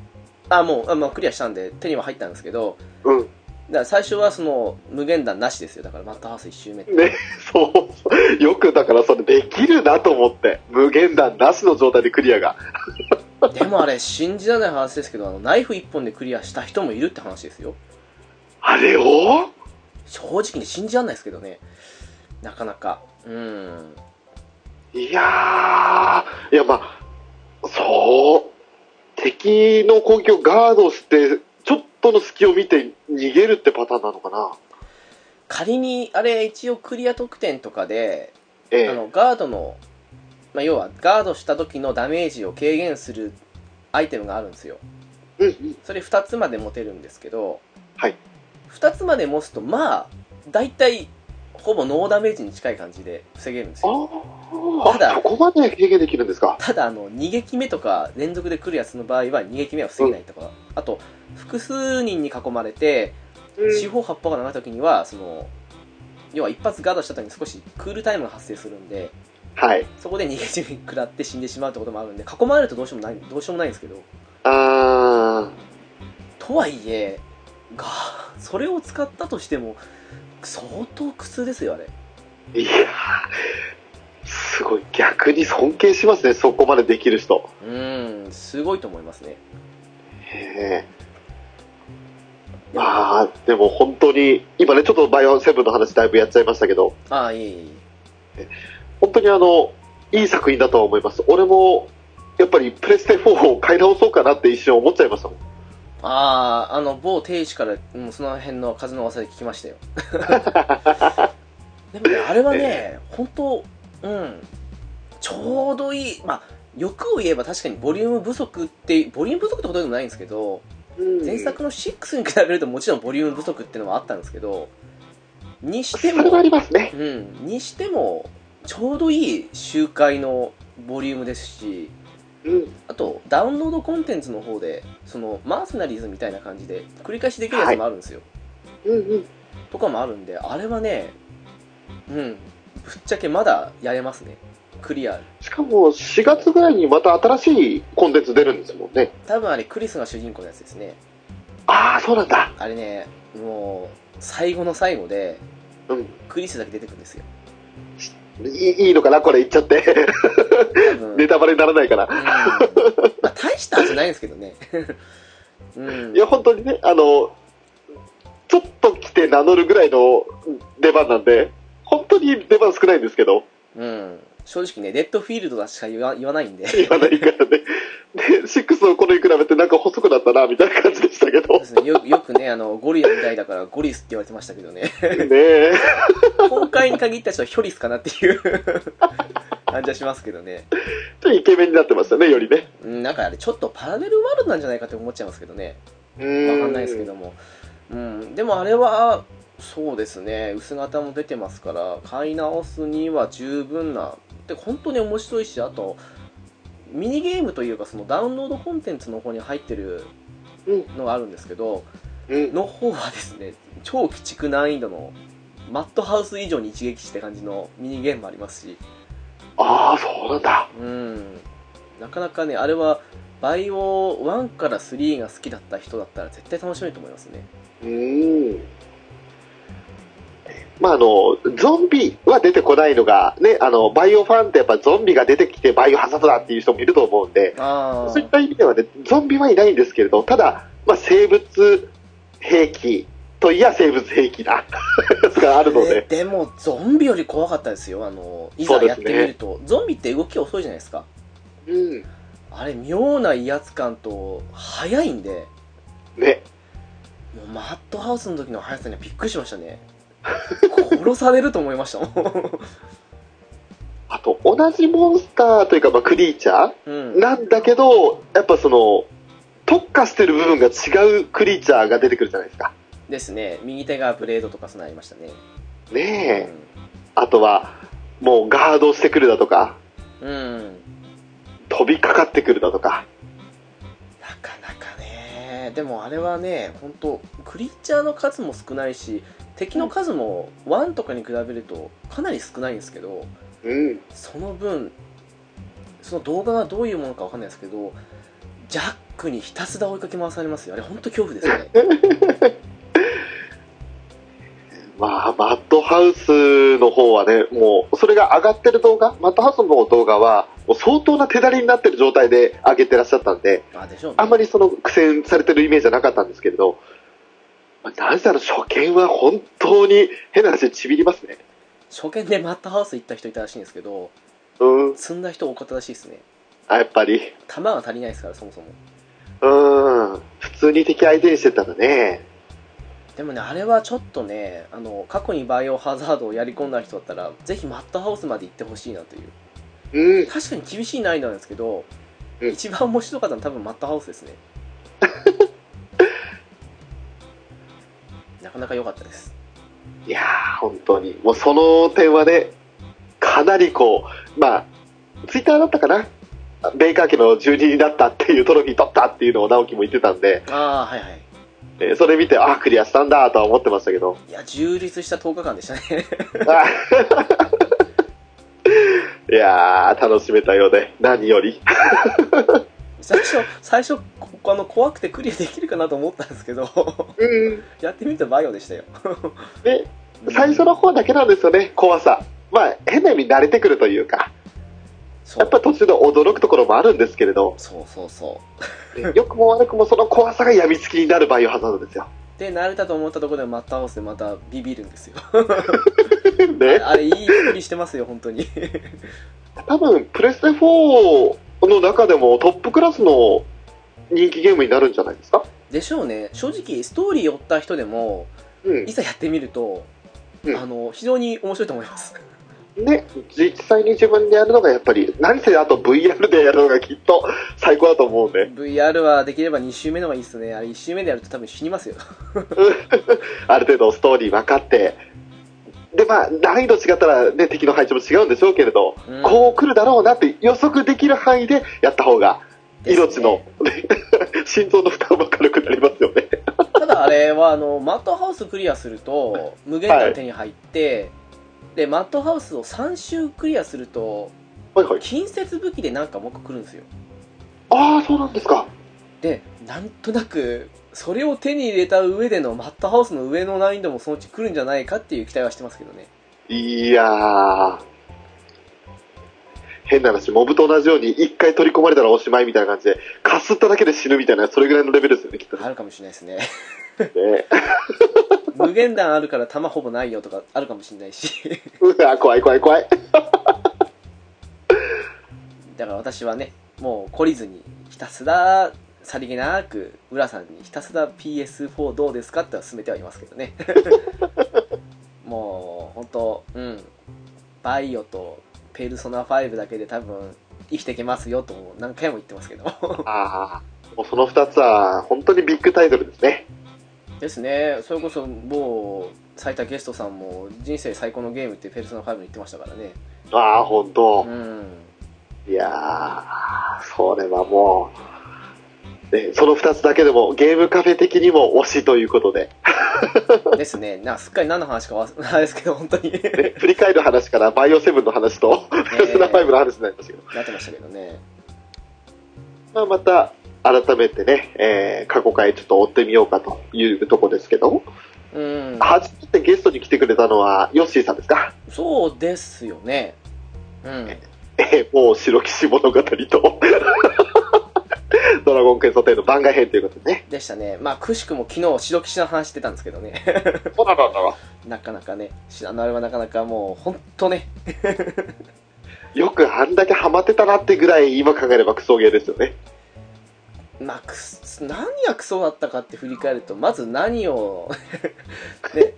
Speaker 1: あ、もう、あまあ、クリアしたんで、手には入ったんですけど、
Speaker 2: うん。
Speaker 1: だから最初はその、無限弾なしですよ。だから、マットハウス1周目って。
Speaker 2: ね、そう、よくだからそれできるなと思って、無限弾なしの状態でクリアが。
Speaker 1: でもあれ、信じられない話ですけど、あの、ナイフ1本でクリアした人もいるって話ですよ。
Speaker 2: あれを
Speaker 1: 正直に信じられないですけどね。なかなか。うん。
Speaker 2: いやー、いやまあ、そう、敵の攻撃をガードして、ちょっとの隙を見て逃げるってパターンなのかな。
Speaker 1: 仮に、あれ、一応クリア得点とかで、
Speaker 2: え
Speaker 1: あ
Speaker 2: え、
Speaker 1: のガードの、まあ、要はガードした時のダメージを軽減するアイテムがあるんですよ
Speaker 2: うんうん、
Speaker 1: それ2つまで持てるんですけど、
Speaker 2: はい
Speaker 1: 2つまで持つとまあ大体ほぼノーダメージに近い感じで防げるんですよ
Speaker 2: あ
Speaker 1: ただ
Speaker 2: あ、そこまで経験できるんですか。
Speaker 1: ただあの2撃目とか連続で来るやつの場合は2撃目は防げないとか、あと複数人に囲まれて四方八方が長い時にはその要は一発ガードした時に少しクールタイムが発生するんで
Speaker 2: はい。
Speaker 1: そこで逃げ地に食らって死んでしまうってこともあるんで囲まれるとどうしようもないどうしようもないんですけど
Speaker 2: あ
Speaker 1: とはいえがそれを使ったとしても相当苦痛ですよあれ
Speaker 2: ー、いやー、すごい、逆に尊敬しますね、そこまでできる人。
Speaker 1: うーんすごいと思いますね
Speaker 2: へえまあでも本当に今ねちょっと「バイオンセブン」の話だいぶやっちゃいましたけど
Speaker 1: ああいえいえいえ
Speaker 2: 本当にあのいい作品だとは思います俺もやっぱりプレステ4を買い直そうかなって一瞬思っちゃいましたもん
Speaker 1: あああの某亭主から、うん、その辺の風の噂で聞きましたよ でもねあれはね本当うんちょうどいいまあ欲を言えば確かにボリューム不足ってボリューム不足ってことでもないんですけど前作の6に比べるともちろんボリューム不足っていうのはあったんですけどにして
Speaker 2: それはあ
Speaker 1: も、
Speaker 2: りますね
Speaker 1: うん、にしてもちょうどいい周回のボリュームですし
Speaker 2: うん
Speaker 1: あとダウンロードコンテンツの方でそのマーセナリーズみたいな感じで繰り返しできるやつもあるんですよ、
Speaker 2: うんうん
Speaker 1: とかもあるんであれはねうんぶっちゃけまだやれますねクリア
Speaker 2: しかも4月ぐらいにまた新しいコンテンツ出るんですもんね
Speaker 1: 多分あれクリスが主人公のやつですね
Speaker 2: ああそうなんだ
Speaker 1: あれねもう最後の最後で
Speaker 2: うん
Speaker 1: クリスだけ出てくるんですよ
Speaker 2: いいいいのかなこれ言っちゃって
Speaker 1: 多分
Speaker 2: ネタバレにならないから
Speaker 1: うんまあ、大したんじゃないんですけどね。うん
Speaker 2: い、や、本当にね、あの、ちょっと来て名乗るぐらいの出番なんで、本当に出番少ないんですけど、
Speaker 1: うん、正直ね、レッドフィールドだしか言わ言わないんで、そ
Speaker 2: 言わないからね。で、6の頃に比べてなんか細くなったな、みたいな感じでしたけど
Speaker 1: うで。 すね、よよくねあの、ゴリラみたいだからゴリスって言われてましたけどね、
Speaker 2: ねえ。
Speaker 1: 今回に限った人はヒョリスかなっていう 感じはしますけどね、
Speaker 2: ちょっとイケメンになってましたね、よりね。
Speaker 1: うん、なんかあれ、ちょっとパラレルワールドなんじゃないかって思っちゃいますけどね、
Speaker 2: わ
Speaker 1: わかんないですけど。も、うん、でもあれは、そうですね、薄型も出てますから、買い直すには十分な、で、本当に面白いし、あと、ミニゲームというか、そのダウンロードコンテンツの方に入ってる
Speaker 2: うん
Speaker 1: のがあるんですけど、
Speaker 2: うん。
Speaker 1: の方はですね、超鬼畜難易度の、マットハウス以上に一撃して感じのミニゲームもありますし、
Speaker 2: ああ、そうなんだ。
Speaker 1: うん、なかなかね、あれは、バイオ1から3が好きだった人だったら絶対楽しめると思いますね。
Speaker 2: うん。まあ、あの、ゾンビは出てこないのが、ね、あの、バイオファンってやっぱゾンビが出てきてバイオハザードだっていう人もいると思うんで、
Speaker 1: あー
Speaker 2: そういった意味ではね、ゾンビはいないんですけれど、ただ、まあ、生物兵器といや生物兵器 なやつがあるの
Speaker 1: ね
Speaker 2: で、
Speaker 1: でもゾンビより怖かったですよあのい
Speaker 2: そう
Speaker 1: ざ
Speaker 2: で
Speaker 1: やっ
Speaker 2: す
Speaker 1: て
Speaker 2: ね
Speaker 1: みると、ゾンビって動き遅いじゃないですか
Speaker 2: うん、
Speaker 1: あれ妙な威圧感と速いんで
Speaker 2: ね、
Speaker 1: もうマッドハウスの時の速さにはびっくりしましたね殺されると思いました も
Speaker 2: あと同じモンスターというか、まあ、クリーチャ
Speaker 1: ん、う
Speaker 2: ー
Speaker 1: ん、
Speaker 2: なんだけど、やっぱその、特化してる部分が違うクリーチャーが出てくるじゃないですか。
Speaker 1: ですね右手がブレードとかそんなのありましたね
Speaker 2: ねえ、あとは、もうガードしてくるだとか、
Speaker 1: うん、うん
Speaker 2: 飛びかかってくるだとか、
Speaker 1: なかなかねでもあれはね本当クリーチャーの数も少ないし敵の数も1とかに比べるとかなり少ないんですけど、
Speaker 2: うん、
Speaker 1: その分その動画がどういうものかわかんないですけどジャックにひたすら追いかけ回されますよあれ本当恐怖ですよね
Speaker 2: まあ、マッドハウスの方はね、もう、それが上がってる動画、マッドハウスの方の動画は、もう相当な手だりになってる状態で上げてらっしゃったんで、
Speaker 1: あでしょうね
Speaker 2: あんまりその苦戦されてるイメージはなかったんですけれど、まあ、なんせあの初見は本当に変な話でちびりますね。
Speaker 1: 初見でマットハウス行った人いたらしいんですけど
Speaker 2: うん。
Speaker 1: 積んだ人多かったらしいですね
Speaker 2: あ、やっぱり。
Speaker 1: 弾が足りないですからそもそも
Speaker 2: うん。普通に敵相手にしてたらね。
Speaker 1: でもねあれはちょっとねあの過去にバイオハザードをやり込んだ人だったらぜひマットハウスまで行ってほしいなという
Speaker 2: うん。
Speaker 1: 確かに厳しい難易度なんですけど、
Speaker 2: うん
Speaker 1: 一番面白かったのは多分マットハウス ですねなかなか良かったです
Speaker 2: いやー、本当に。もうその点はね、かなりこう、まあ、ツイッターだったかな。ベイカー家の住人だったっていうトロフィー取ったっていうのを直樹も言ってたんで、
Speaker 1: ああはいはい
Speaker 2: えーそれ見て、あ、クリアしたんだとは思ってましたけど。
Speaker 1: いや充実した10日間でしたね
Speaker 2: あいやー、楽しめたようで、何より。
Speaker 1: 最初最初ここあの怖くてクリアできるかなと思ったんですけど
Speaker 2: うん。
Speaker 1: やってみるとバイオでしたよ
Speaker 2: で、 最初の方だけなんですよね、怖さ。まあ、変な意味慣れてくるというか、
Speaker 1: そ
Speaker 2: やっ
Speaker 1: う
Speaker 2: ぱ途中で驚くところもあるんですけれど、
Speaker 1: そうそうそう
Speaker 2: 良くも悪くもその怖さが病みつきになるバイオハザードですよ。
Speaker 1: で慣れたと思ったところでマットハウスでまたビビるんですよ
Speaker 2: ね、
Speaker 1: あれいい作りしてますよ本当に
Speaker 2: 多分、プレステ4の中でもトップクラスの人気ゲームになるんじゃないですか
Speaker 1: でしょうね正直ストーリー追った人でも
Speaker 2: うん
Speaker 1: い。ざやってみると、
Speaker 2: うん
Speaker 1: あの非常に面白いと思います
Speaker 2: ね、実際に自分でやるのがやっぱり、何せあと VR でやるのがきっと最高だと思うんで。
Speaker 1: VR はできれば2周目の方がいいですねあれ1周目でやると多分死にますよ
Speaker 2: ある程度ストーリー分かって、で、まあ、難易度違ったら、ね、敵の配置も違うんでしょうけれど、
Speaker 1: うん
Speaker 2: こう来るだろうなって予測できる範囲でやった方が、命の、 心臓の負担も軽くなりますよね。
Speaker 1: ただあれはあのマットハウスクリアすると無限
Speaker 2: は
Speaker 1: 弾
Speaker 2: い
Speaker 1: 手に入って、でマットハウスを3周クリアすると
Speaker 2: はいはい。
Speaker 1: 近接武器でなんかもう一個来るんですよ
Speaker 2: ああ、そうなんですか。
Speaker 1: でなんとなくそれを手に入れた上でのマットハウスの上の難易度もそのうち来るんじゃないかっていう期待はしてますけどね
Speaker 2: いやー。変な話、モブと同じように、一回取り込まれたらおしまいみたいな感じで、かすっただけで死ぬみたいな、それぐらいのレベルですよね、きっとね。
Speaker 1: あるかもしれないです ね
Speaker 2: ね
Speaker 1: 無限弾あるから弾ほぼないよとかあるかもしれないし
Speaker 2: うわ、怖い怖い怖い。
Speaker 1: だから私はねもう懲りずにひたすらさりげなく浦さんにひたすら PS4 どうですかっては勧めてはいますけどねもう本当うんバイオとペルソナ5だけで多分生きていけますよともう何回も言ってますけど
Speaker 2: ああ、もうその二つは、本当にビッグタイトルですね。
Speaker 1: ですねそれこそ某最多ゲストさんも人生最高のゲームってペルソナ5に言ってましたからね
Speaker 2: ああ、本
Speaker 1: う
Speaker 2: 当。
Speaker 1: ん
Speaker 2: いやー、それはもう、ね、その二つだけでも、ゲームカフェ的にも推しということで、
Speaker 1: ですねなんかすっかり何の話か忘れ あれですけど本当に
Speaker 2: ね振り返る話から、バイオセブンの話と、プ レスナ5の話になりましたけど。
Speaker 1: なってましたけどね
Speaker 2: まあ、また改めてね、えー過去回ちょっと追ってみようかというとこですけど、
Speaker 1: うん
Speaker 2: 初めてゲストに来てくれたのはヨッシーさんですか、
Speaker 1: そうですよね。うん。
Speaker 2: えーもう白騎士物語と ドラゴンクエスト10の番外編ということでね。
Speaker 1: でしたね。まあ、くしくも昨日、白騎士の話してたんですけどね。
Speaker 2: そうなのだろ
Speaker 1: なかなかね、しあのあれはなかなかもう、ほんとね、
Speaker 2: よくあんだけハマってたなってぐらい今考えればクソゲーですよね。
Speaker 1: まあ、くす何がクソだったかって振り返ると、まず何を、 ね、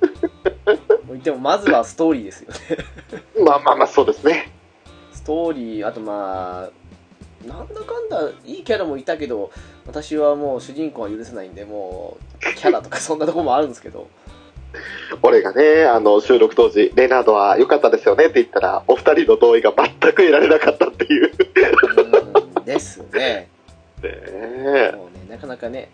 Speaker 1: 言っても、まずはストーリーですよね。
Speaker 2: まあまあまあそうですね。
Speaker 1: ストーリー、あとまあ、なんだかんだ、いいキャラもいたけど、私はもう主人公は許せないんで、もう、キャラとかそんなとこもあるんですけど、
Speaker 2: 俺がね、あの収録当時、レナードは良かったですよねって言ったら、お二人の同意が全く得られなかったって いう。
Speaker 1: うん、ですね。
Speaker 2: ね
Speaker 1: もうね、なかなかね、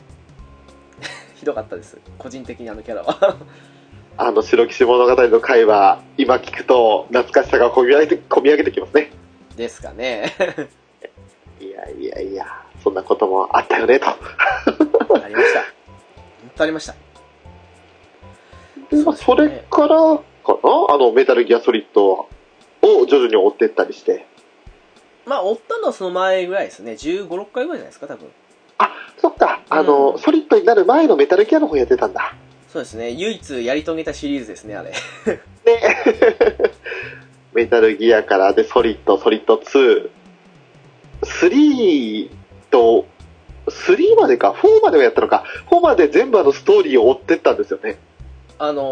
Speaker 1: ひどかったです、個人的にあのキャラは。
Speaker 2: あの白騎士物語の回は今聞くと懐かしさがこみ上げてこみ上げてきますね
Speaker 1: ですかね。
Speaker 2: やいやいや、そんなこともあったよね、と。
Speaker 1: ありました。本当ありました。
Speaker 2: まあ、それからかなあの、メタルギアソリッドを徐々に追ってったりして。
Speaker 1: まあ、追ったのはその前ぐらいですね。15、6回ぐらいじゃないですか、多分。
Speaker 2: そっか、あの、
Speaker 1: うん
Speaker 2: ソリッドになる前のメタルギアの方やってたんだ。
Speaker 1: そうですね。唯一やり遂げたシリーズですね、あれ。
Speaker 2: ね メタルギアからでソリッド、ソリッド2、3と、3までか、4まではやったのか、4まで全部あのストーリーを追ってったんですよね。
Speaker 1: あの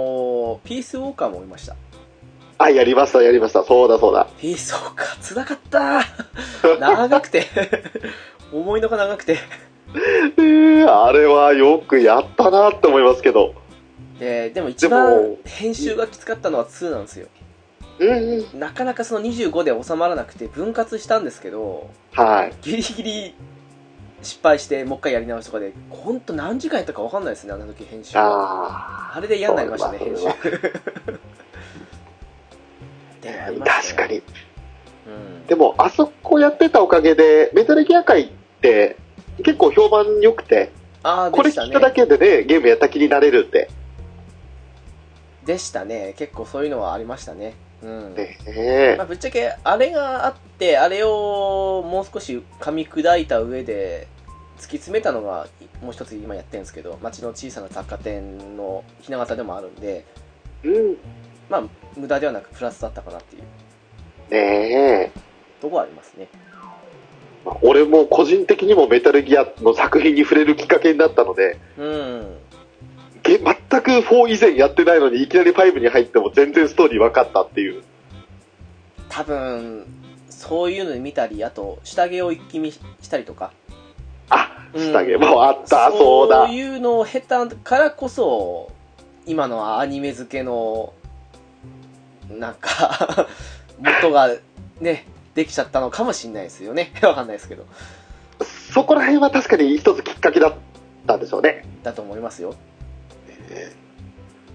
Speaker 1: ー、ピースウォーカーも追いました。
Speaker 2: あ、やりました、やりました、そうだそうだ。
Speaker 1: ピースウォーカー、つらかったー長くて。 思いのが長くて。
Speaker 2: えー、あれはよくやったなって思いますけど。
Speaker 1: で、でも一番
Speaker 2: でも
Speaker 1: 編集がきつかったのは2なんですよ。
Speaker 2: うんうん。
Speaker 1: なかなかその25で収まらなくて分割したんですけど、
Speaker 2: はい。
Speaker 1: ギリギリ失敗して、もう一回やり直しとかで、ほんと何時間やったか分かんないですね、あの時編集。
Speaker 2: あ
Speaker 1: あれで嫌になりましたね、
Speaker 2: そう
Speaker 1: 編
Speaker 2: だ
Speaker 1: 集。 であり
Speaker 2: ー
Speaker 1: まし
Speaker 2: 確
Speaker 1: た
Speaker 2: か
Speaker 1: ね
Speaker 2: に。
Speaker 1: うん
Speaker 2: でも、あそこやってたおかげで、メタルギア界って結構評判良くて、
Speaker 1: あー
Speaker 2: これ
Speaker 1: でした
Speaker 2: 聞いただ
Speaker 1: ね。
Speaker 2: けでね、ゲームやった気になれるんで。
Speaker 1: でしたね。結構そういうのはありましたね。うん。
Speaker 2: ねえ
Speaker 1: まあ、ぶっちゃけ、あれがあって、あれをもう少し噛み砕いた上で、突き詰めたのが、もう一つ今やってるんですけど、町の小さな雑貨店のひな形でもあるんで、
Speaker 2: うん。
Speaker 1: まあ、無駄ではなくプラスだったかなっていう
Speaker 2: ねえ。
Speaker 1: とこはありますね。
Speaker 2: まあ俺も個人的にもメタルギアの作品に触れるきっかけになったので、
Speaker 1: うん。
Speaker 2: げ全く4以前やってないのに、いきなり5に入っても全然ストーリー分かったっていう。
Speaker 1: 多分、そういうの見たり、あと、下着を一気見したりとか、
Speaker 2: あ、
Speaker 1: うん
Speaker 2: 下着もあった、そうだ。
Speaker 1: いうのを経たからこそ、今のアニメ付けの、なんか、 元がね、できちゃったのかもしれないですよね。 わかんないですけど。
Speaker 2: そこら辺は確かに一つきっかけだったんでしょうね。
Speaker 1: だと思いますよ。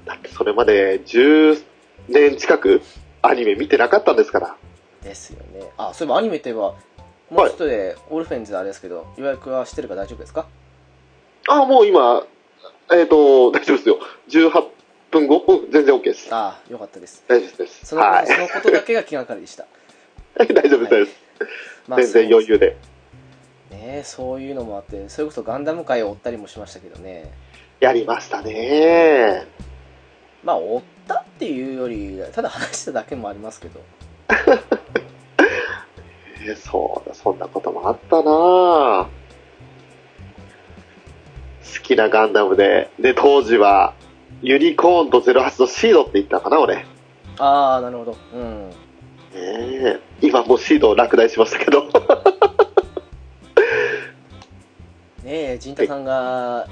Speaker 2: だってそれまで10年近くアニメ見てなかったんですから。
Speaker 1: ですよね。あ、そういえばアニメといえば、もうちょっとで、オールフェンズあれですけど、予約はしてるから大丈夫ですか
Speaker 2: あ、もう今、えっ、と、大丈夫ですよ。18分後、うん全然 OK です。
Speaker 1: ああ、よかったです。
Speaker 2: 大丈夫です。
Speaker 1: その,、
Speaker 2: はい。
Speaker 1: そのことだけが気がかりでした。
Speaker 2: 大丈夫です。
Speaker 1: はいまあ
Speaker 2: 全然余。裕で。
Speaker 1: そうねそういうのもあって、それこそガンダム界を追ったりもしましたけどね。
Speaker 2: やりましたね。
Speaker 1: まあ追ったっていうよりただ話しただけもありますけど
Speaker 2: えそうだ、そんなこともあったなぁ好きなガンダムで、で、当時は、ユニコーンと08のシードって言ったかな、俺。ね
Speaker 1: ああなるほどうん
Speaker 2: え今もうシードを落第しましたけど。
Speaker 1: ねえ陣太さんが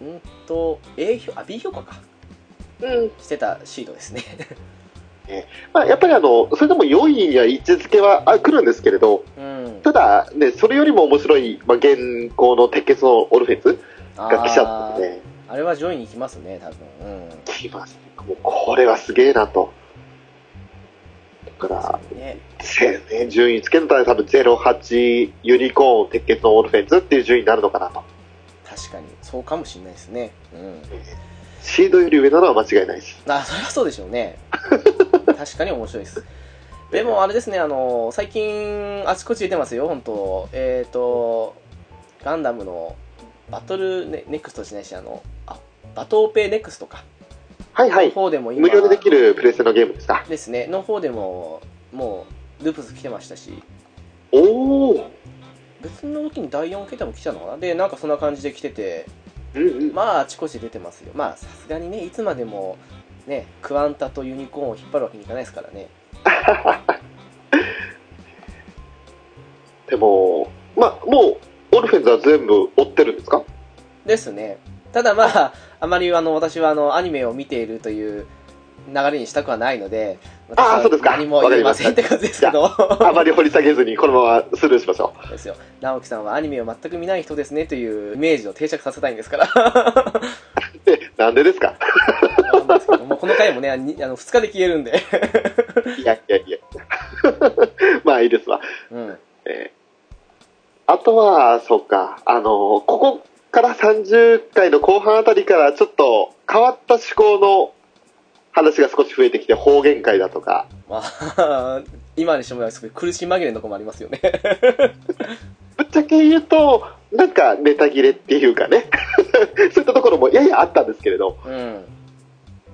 Speaker 1: うんと A 評あ B 評価か
Speaker 2: うん。
Speaker 1: してたシードですね
Speaker 2: まあ、やっぱりあの、それでも4位には位置づけはあ来るんですけれど、
Speaker 1: うん
Speaker 2: ただ、ね、それよりも面白い、まあ、現行の鉄血のオルフェンズ
Speaker 1: あ
Speaker 2: が来ちゃったの
Speaker 1: ー
Speaker 2: で、
Speaker 1: あれは上位に行きますね多分うん
Speaker 2: 来ましたね。もう、これはすげえなと。だから、
Speaker 1: ね
Speaker 2: せね、順位つけたら多分08ユニコーン鉄血のオールフェンズっていう順位になるのかなと
Speaker 1: 確かにそうかもしれないですねうん
Speaker 2: シードより上なのは間違いないです
Speaker 1: あそれはそうでしょう ね確かに面白いですでもあれですねあの最近あちこち出てますよ本当えっ、とガンダムのバトルネネクストじゃないしあのあバトーペネクストか
Speaker 2: はいは
Speaker 1: の
Speaker 2: い
Speaker 1: 方でも今
Speaker 2: 無料でできるプレステのゲームですか
Speaker 1: ですねの方でももうループス来てましたし
Speaker 2: おお
Speaker 1: 別の時に第4桁も来ちゃうのかなでなんかそんな感じで来てて
Speaker 2: うんうん
Speaker 1: まああちこち出てますよまあさすがにねいつまでもねクワンタとユニコーンを引っ張るわけにいかないですからね
Speaker 2: でもまあもうオールフェンズは全部追ってるんですか
Speaker 1: ですね。ただまあ、 あまりあの私はあのアニメを見ているという流れにしたくはないので、私は
Speaker 2: あーそうですか
Speaker 1: 何も言えませんって感じですけど、
Speaker 2: あまり掘り下げずにこのままスルーしましょ
Speaker 1: ですよ。直樹さんはアニメを全く見ない人ですねというイメージを定着させたいんですから。 わ
Speaker 2: うでなんでですか
Speaker 1: かんないですけどもうこの回もね、にあの2日で消えるんで。
Speaker 2: いやいやいやまあいいですわ、
Speaker 1: うん。
Speaker 2: えーあとは、そうか、あの、ここから30回の後半あたりから、ちょっと変わった趣向の話が少し増えてきて、方言会だとか、
Speaker 1: まあ、今にしてもすごい苦し紛れのとこもありますよね。
Speaker 2: ぶっちゃけ言うと、なんかネタ切れっていうかね、 そういったところもややあったんですけれど、
Speaker 1: うん。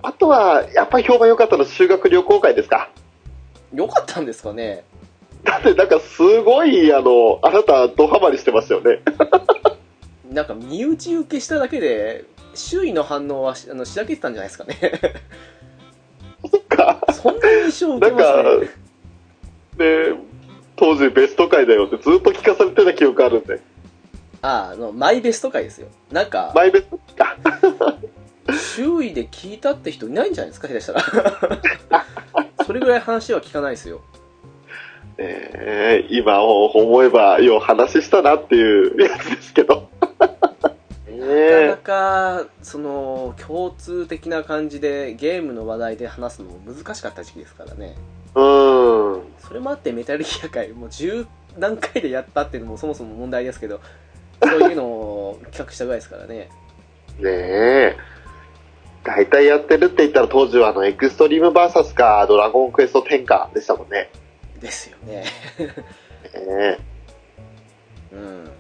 Speaker 2: あとは、やっぱり評判良かったのは修学旅行会ですか。
Speaker 1: よかったんですかね
Speaker 2: だってなんかすごい、あの、あなた、ドハマりしてましたよね。
Speaker 1: なんか身内受けしただけで、周囲の反応はしあのしらけてたんじゃないですかね。
Speaker 2: そっか。
Speaker 1: そんな印象を受け
Speaker 2: なん
Speaker 1: ました
Speaker 2: か
Speaker 1: ね。、
Speaker 2: で、当時ベスト回だよってずっと聞かされてた記憶あるんで。
Speaker 1: ああの、マイベスト回ですよ。なんか、
Speaker 2: マイベストか。
Speaker 1: 周囲で聞いたって人いないんじゃないですか、下手したら。 それぐらい話は聞かないですよ。
Speaker 2: えー、今思えば、よう話したなっていうやつですけど。
Speaker 1: な
Speaker 2: ねえ
Speaker 1: かなか、その、共通的な感じで、ゲームの話題で話すのも難しかった時期ですからね。
Speaker 2: うん。
Speaker 1: それもあって、メタルギア界、もう10何回でやったっていうのもそもそも問題ですけど、そういうのを企画したぐらいですからね。
Speaker 2: ねえ。大体やってるって言ったら当時はあのエクストリームバーサスかドラゴンクエスト10かでしたもんね。
Speaker 1: ですよね。
Speaker 2: ねえ
Speaker 1: うん。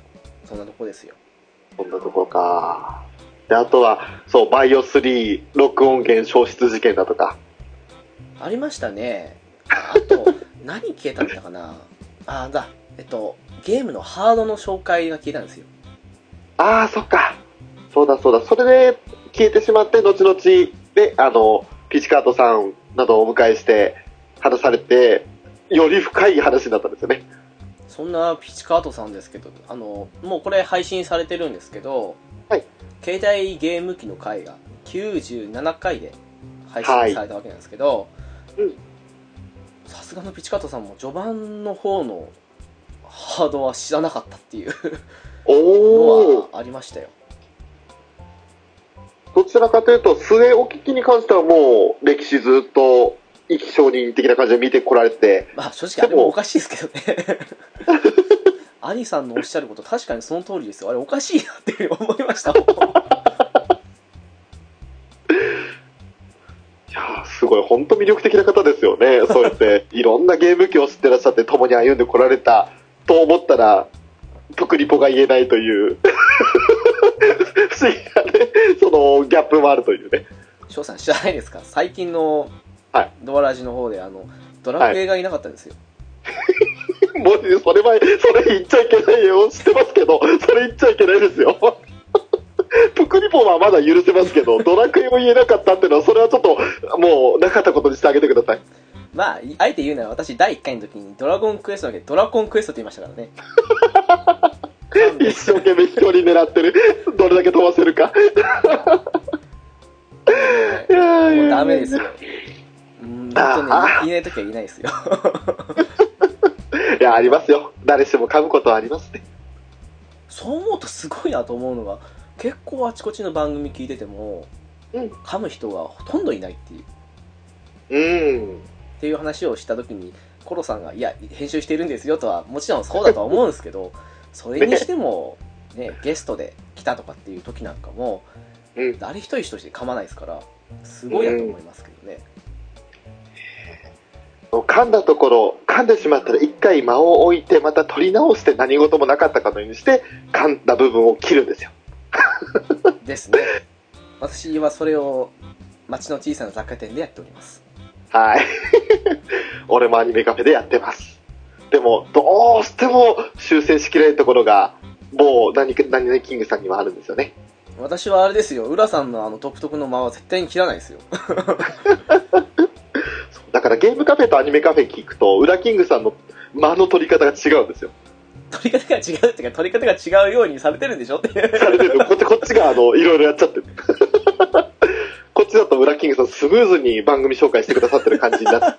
Speaker 1: そんなとこですよ。
Speaker 2: そんなところか。で、あとは、そう、バイオ3、録音源消失事件だとか。
Speaker 1: ありましたね。ああと、 何消えたんだかなあ、だ、えっと、ゲームのハードの紹介が消えたんですよ。
Speaker 2: ああ、そっか。そうだそうだ。それで消えてしまって、後々、で、あの、ピチカートさんなどをお迎えして、話されて、より深い話になったんですよね。
Speaker 1: そんなピチカートさんですけど、あの、もうこれ配信されてるんですけど、
Speaker 2: はい
Speaker 1: 携帯ゲーム機の回が97回で配信されたわけなんですけど
Speaker 2: うん、
Speaker 1: さすがのピチカートさんも序盤の方のハードは知らなかったっていう
Speaker 2: お
Speaker 1: のは
Speaker 2: お。
Speaker 1: ありましたよ。
Speaker 2: どちらかというと、末お聞きに関してはもう、歴史ずっと、意気承認的な感じで見てこられて、
Speaker 1: まあ正直あれもおかしいですけど ね。兄さんのおっしゃること確かにその通りですよ。あれおかしいなっていうふうに思いま したもん。
Speaker 2: いやーすごい、本当魅力的な方ですよね。そうやって、いろんなゲーム機を知ってらっしゃって、共に歩んでこられた、と思ったら、特リポが言えないという、 不思議なね、そのギャップもあるというね。
Speaker 1: 翔さん知らないですか最近の
Speaker 2: はい
Speaker 1: ドアラジの方であのドラクエがいなかったんですよ、
Speaker 2: もう、それ前、それ言っちゃいけないよ。知ってますけど、それ言っちゃいけないですよ。プクリポはまだ許せますけど、ドラクエを言えなかったっていうのは、それはちょっと、もう、なかったことにしてあげてください。
Speaker 1: まあいあえて言うなら私第1回の時にドラゴンクエストだけどドラゴンクエストって言いましたから ねなんで
Speaker 2: 一生懸命一人狙ってる。どれだけ飛ばせ るか。いやい
Speaker 1: も
Speaker 2: や
Speaker 1: うダメですようん本当ね
Speaker 2: あ
Speaker 1: 言えない時は言えないですよ
Speaker 2: いや、ありますよ。誰しも噛むことはありますね。
Speaker 1: そう思うとすごいなと思うのが結構あちこちの番組聞いてても、
Speaker 2: うん
Speaker 1: 噛む人がほとんどいないっていう
Speaker 2: うん。
Speaker 1: っていう話をした時にコロさんが「いや編集してるんですよ」とはもちろんそうだとは思うんですけ どそれにしても、ね、ゲストで来たとかっていう時なんかも
Speaker 2: うん。
Speaker 1: 誰一人として噛まないですからすごいなと思いますけどね、
Speaker 2: 噛んだところ、噛んでしまったら一回間を置いて、また取り直して何事もなかったかのようにして、噛んだ部分を切るんですよ。
Speaker 1: ですね私はそれを町の小さな雑貨店でやっております
Speaker 2: はい。 俺もアニメカフェでやってます。でも、どうしても修正しきれないところが、某何か、何々キングさんにはあるんですよね。
Speaker 1: 私はあれですよ浦さんのあの独特の間は絶対に切らないですよ
Speaker 2: だからゲームカフェとアニメカフェ聞くと、裏キングさんの間の取り方が違うんですよ。
Speaker 1: 取り方が違うっていうか取り方が違うようにされてるんでしょ っていう
Speaker 2: されてるこっちこっちがあのいろいろやっちゃってる こっちだと裏キングさんスムーズに番組紹介してくださってる感じになって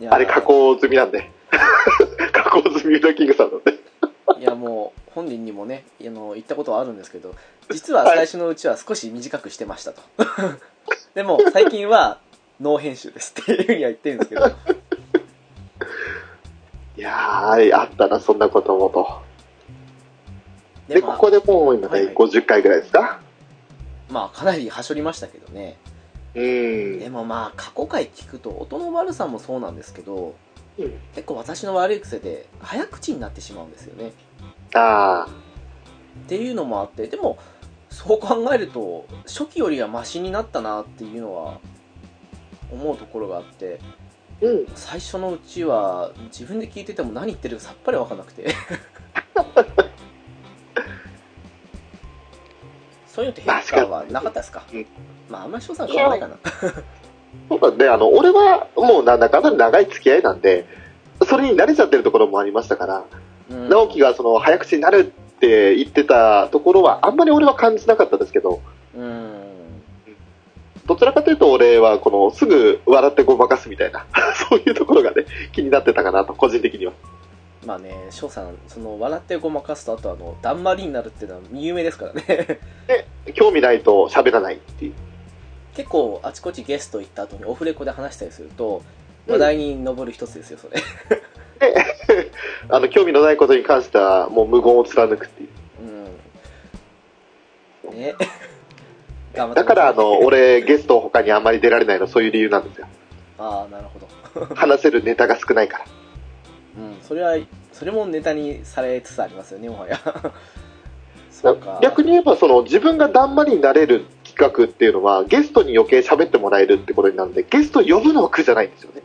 Speaker 1: いや
Speaker 2: あれ加工済みなんで 加工済み裏キングさんなんで
Speaker 1: いやもう本人にもねあの言ったことはあるんですけど実は最初のうちは少し短くしてましたと でも最近はノー編集ですっていうふうには言ってるんですけど
Speaker 2: いいやー、あったな、そんなこともと。で、
Speaker 1: まあ
Speaker 2: ここでもう今ね、
Speaker 1: はいはい
Speaker 2: 50回ぐらいですか
Speaker 1: まあかなりはしょりましたけどね
Speaker 2: うん。
Speaker 1: でもまあ過去回聞くと音の悪さもそうなんですけど
Speaker 2: うん
Speaker 1: 結構私の悪い癖で早口になってしまうんですよね
Speaker 2: あ
Speaker 1: っていうのもあってでもそう考えると初期よりはマシになったなっていうのは思うところがあって
Speaker 2: ー。うん。
Speaker 1: 最初のうちは自分で聞いてても何言ってるかさっぱり分かんなくて そういうのって変化はなかったですか
Speaker 2: うん
Speaker 1: まああんまり翔さん変わらないかな
Speaker 2: そうだね、あの、俺はもうなんだかんだ長い付き合いなんで、それに慣れちゃってるところもありましたから、
Speaker 1: うん
Speaker 2: 直樹がその早口になるって言ってたところはあんまり俺は感じなかったですけど
Speaker 1: うん
Speaker 2: どちらかというと俺はこのすぐ笑ってごまかすみたいな そういうところがね気になってたかなと個人的には
Speaker 1: まあね翔さんその笑ってごまかすとあとあのだんまりになるっていうのは有名ですからね
Speaker 2: 興味ないと喋らないっていう
Speaker 1: 結構あちこちゲスト行った後にオフレコで話したりすると
Speaker 2: うん
Speaker 1: 話題に上る一つですよそれ
Speaker 2: あの興味のないことに関してはもう無言を貫くっていう
Speaker 1: うん ね頑張って
Speaker 2: だからあの俺ゲスト他にあんまり出られないのそういう理由な んですよ
Speaker 1: ああなるほど
Speaker 2: 話せるネタが少ないから
Speaker 1: うんそれはそれもネタにされつつありますよねもは やそうか
Speaker 2: 逆に言えばその自分がだんまりになれる企画っていうのはゲストに余計喋ってもらえるってことになるんでゲスト呼ぶのは苦じゃないんですよね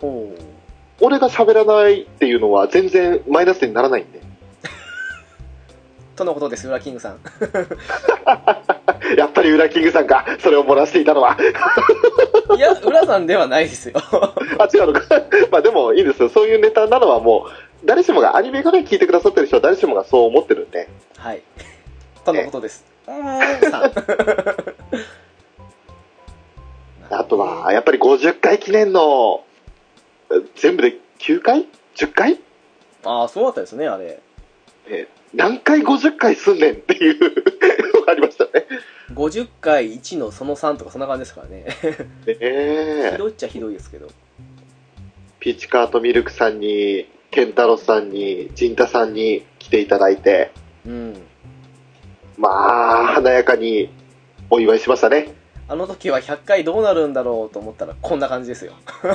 Speaker 1: ほう
Speaker 2: 俺が喋らないっていうのは全然マイナスにならないんで
Speaker 1: とのことです裏キングさん
Speaker 2: やっぱりウラキングさんかそれを漏らしていたのは
Speaker 1: いや浦さんではないですよ
Speaker 2: あ違うのか まあでもいいですよそういうネタなのはもう誰しもがアニメから聞いてくださってる人は誰しもがそう思ってるんで
Speaker 1: はいとのことですうーんさん
Speaker 2: あとはやっぱり50回記念の全部で9回 ?10 回
Speaker 1: ああそうだったですねあれ
Speaker 2: 何回50回すんねんっていう のがありましたね
Speaker 1: 50回1のその3とかそんな感じですからね
Speaker 2: ねえ
Speaker 1: ひどいっちゃひどいですけど
Speaker 2: ピーチカートミルクさんにケンタロスさんにジンタさんに来ていただいて
Speaker 1: うん
Speaker 2: まあ華やかにお祝いしましたね
Speaker 1: あの時は100回どうなるんだろうと思ったらこんな感じですよ。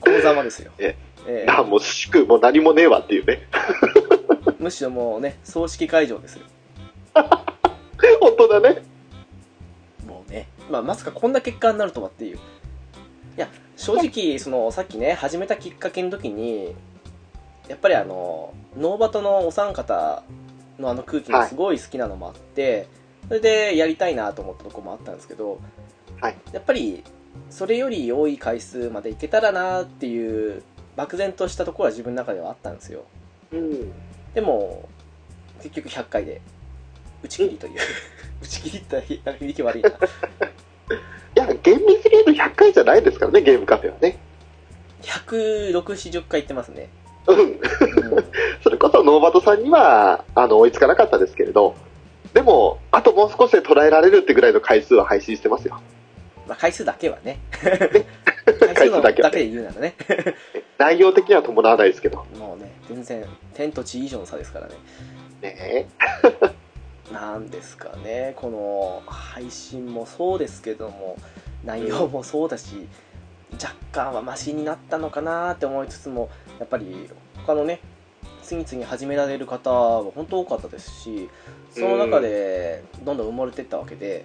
Speaker 1: このざまですよ。
Speaker 2: え
Speaker 1: え
Speaker 2: あもう祝もう何もねえわっていうね
Speaker 1: えむしろもうね、葬式会場ですよ。
Speaker 2: 本当だね
Speaker 1: もうね、まあ、まさかこんな結果になるとはっていう。いや、正直、その、さっきね、始めたきっかけの時に、やっぱりあの、ノーバトのお三方のあの空気がすごい好きなのもあって、それでやりたいなと思ったとこもあったんですけど、
Speaker 2: はい
Speaker 1: やっぱり、それより多い回数までいけたらなっていう、漠然としたところは自分の中ではあったんですよ。
Speaker 2: うん
Speaker 1: でも、結局100回で、打ち切りという。 打ち切りって言ったら響き悪いな。
Speaker 2: いや厳密に言うと100回じゃないですからねゲームカフェはね
Speaker 1: 16040回行ってます ね、
Speaker 2: うんそれこそノーバトさんにはあの追いつかなかったですけれどでもあともう少しで捉えられるってぐらいの回数は配信してますよ
Speaker 1: まあ、回数だけはね 回数のだ
Speaker 2: だけはね
Speaker 1: けで言うならね
Speaker 2: 内容的には伴わないですけど
Speaker 1: もうね全然天と地以上の差ですからね
Speaker 2: ね
Speaker 1: なんですかねこの配信もそうですけども内容もそうだし若干はマシになったのかなって思いつつもやっぱり他のね次々始められる方は本当多かったですしその中でどんどん埋もれていったわけで、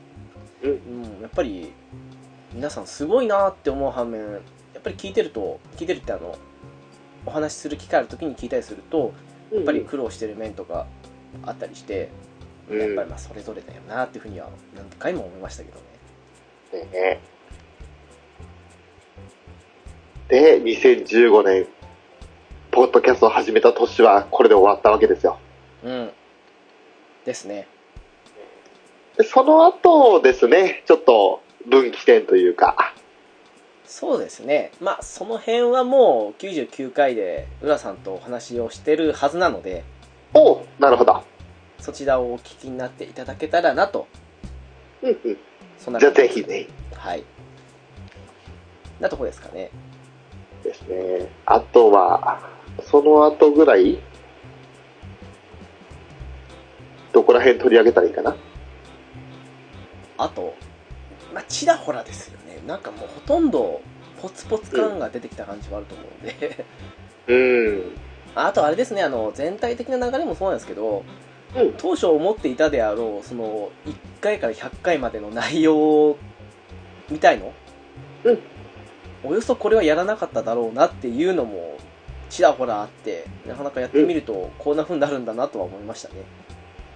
Speaker 2: う
Speaker 1: うんやっぱり皆さんすごいなって思う反面やっぱり聞いてると聞いてるってあのお話しする機会ある時に聞いたりすると
Speaker 2: えや
Speaker 1: やっぱり苦労してる面とかあったりして、
Speaker 2: うん
Speaker 1: やっぱりまあそれぞれだよなっていうふうには何回も思いましたけどね
Speaker 2: ねで、2015年、ポッドキャストを始めた年はこれで終わったわけですよ。
Speaker 1: うんですね
Speaker 2: でその後ですね、ちょっと分岐点というか、
Speaker 1: そうですねまあその辺はもう99回で浦さんとお話をしてるはずなので
Speaker 2: おうなるほど。
Speaker 1: そちらをお聞きになっていただけたらなと
Speaker 2: うんうん
Speaker 1: そんな
Speaker 2: じゃあ
Speaker 1: 感
Speaker 2: ぜ
Speaker 1: です
Speaker 2: ひね。
Speaker 1: はいなとこですかね
Speaker 2: ですね。あとは、その後ぐらい、どこら辺取り上げたらいいかな
Speaker 1: あと、まあ、ちらほらですよねなんかもうほとんどポツポツ感が出てきた感じはあると思うんで
Speaker 2: うん。
Speaker 1: あとあれですねあの全体的な流れもそうなんですけど
Speaker 2: うん
Speaker 1: 当初思っていたであろうその1回から100回までの内容みたいの、
Speaker 2: うん
Speaker 1: およそこれはやらなかっただろうなっていうのもちらほらあってなかなかやってみるとこんな風になるんだなとは思いましたね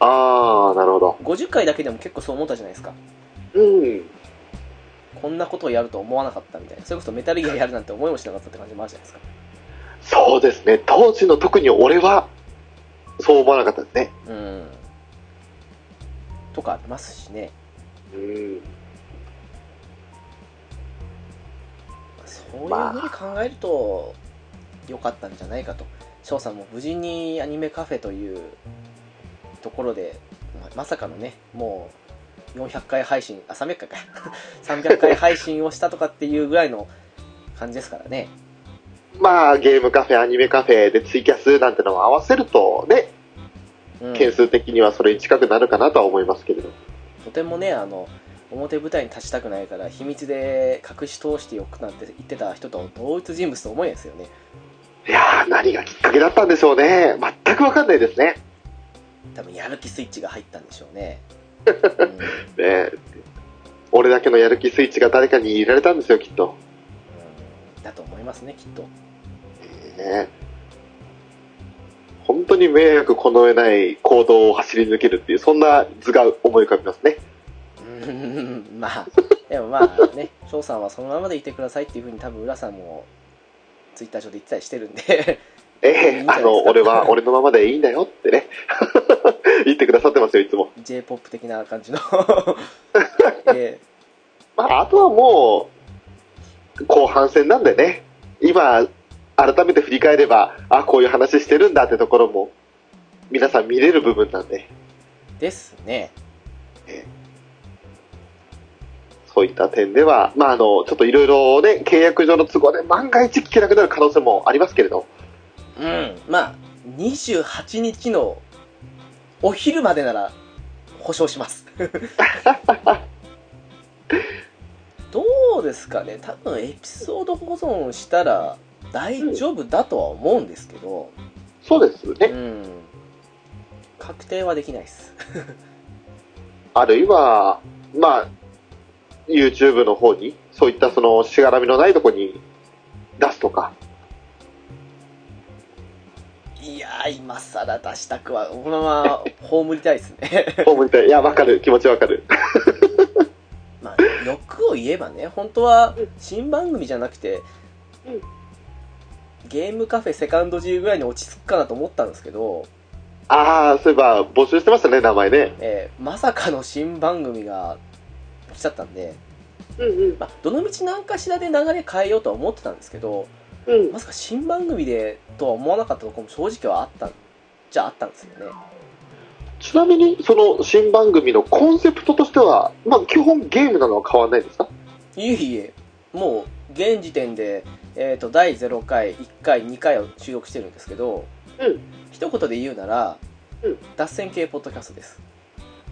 Speaker 2: あー、なるほど。
Speaker 1: 50回だけでも結構そう思ったじゃないですか
Speaker 2: うん。
Speaker 1: こんなことをやると思わなかったみたいなそれこそメタルギアやるなんて思いもしなかったって感じもあるじゃないですか
Speaker 2: そうですね。当時の特に俺は、そう思わなかったですね。
Speaker 1: うんとかありますしね
Speaker 2: うん。
Speaker 1: そういうふうに考えると良かったんじゃないかと翔さんも無事にアニメカフェというところでままさかのねもう400回配信あ300回か 300回配信をしたとかっていうぐらいの感じですからね
Speaker 2: まあ、ゲームカフェ、アニメカフェでツイキャスなんてのを合わせるとね、
Speaker 1: うん
Speaker 2: 件数的にはそれに近くなるかなとは思いますけれど。
Speaker 1: とてもねあの表舞台に立ちたくないから秘密で隠し通しておくなんて言ってた人と同一人物と思えんですよね
Speaker 2: いやー、何がきっかけだったんでしょうね。全くわかんないですね。
Speaker 1: 多分やる気スイッチが入ったんでしょうね、うん
Speaker 2: ね俺だけのやる気スイッチが誰かに入れられたんですよ、きっと。
Speaker 1: うんだと思いますねきっと
Speaker 2: ね本当に迷惑この上ない行動を走り抜けるっていう、そんな図が思い浮かびますね。
Speaker 1: うんまあでもまあね翔さんはそのままでいてくださいっていうふうに多分浦さんもツイッター上で言ってたりしてるんで
Speaker 2: ええ
Speaker 1: いいんじゃないですか
Speaker 2: あの、俺は俺のままでいいんだよってね。 言ってくださってますよ、いつも。
Speaker 1: j p o p 的な感 じのええ
Speaker 2: まあ、あとはもう、後半戦なんでね。今、改めて振り返れば、あ、こういう話してるんだってところも、皆さん見れる部分なんで。
Speaker 1: ですね
Speaker 2: そういった点では、まあ、あの、ちょっといろいろね、契約上の都合で万が一聞けなくなる可能性もありますけれど、
Speaker 1: うんまあ28日のお昼までなら保証します どうですかね多分エピソード保存したら大丈夫だとは思うんですけど、
Speaker 2: そうです
Speaker 1: う
Speaker 2: ね。
Speaker 1: ん確定はできないです
Speaker 2: あるいは、まあ、YouTube の方に、そういったその、しがらみのないとこに出すとか、
Speaker 1: いやー今更出したくはこのまま葬りたいですね
Speaker 2: ホームにていや、わかる、気持ちわかる。
Speaker 1: まあ欲を言えばね本当は新番組じゃなくて
Speaker 2: うん
Speaker 1: ゲームカフェセカンド G ぐらいに落ち着くかなと思ったんですけど、
Speaker 2: ああ、そういえば、募集してましたね、名前ね。
Speaker 1: えーまさかの新番組が来ちゃったんで、
Speaker 2: うんうん。
Speaker 1: まあ、どのみち何かしらで流れ変えようとは思ってたんですけど
Speaker 2: うん
Speaker 1: ま。さか新番組でとは思わなかったところも正直はあったんじゃああったんですよね
Speaker 2: ちなみに、その、新番組のコンセプトとしては、まあ、基本ゲームなのは変わらないですか
Speaker 1: いえいえもう現時点で、えー、と第0回1回2回を収録してるんですけど、
Speaker 2: うん
Speaker 1: 一言で言うなら、
Speaker 2: うん
Speaker 1: 脱線系ポッドキャストです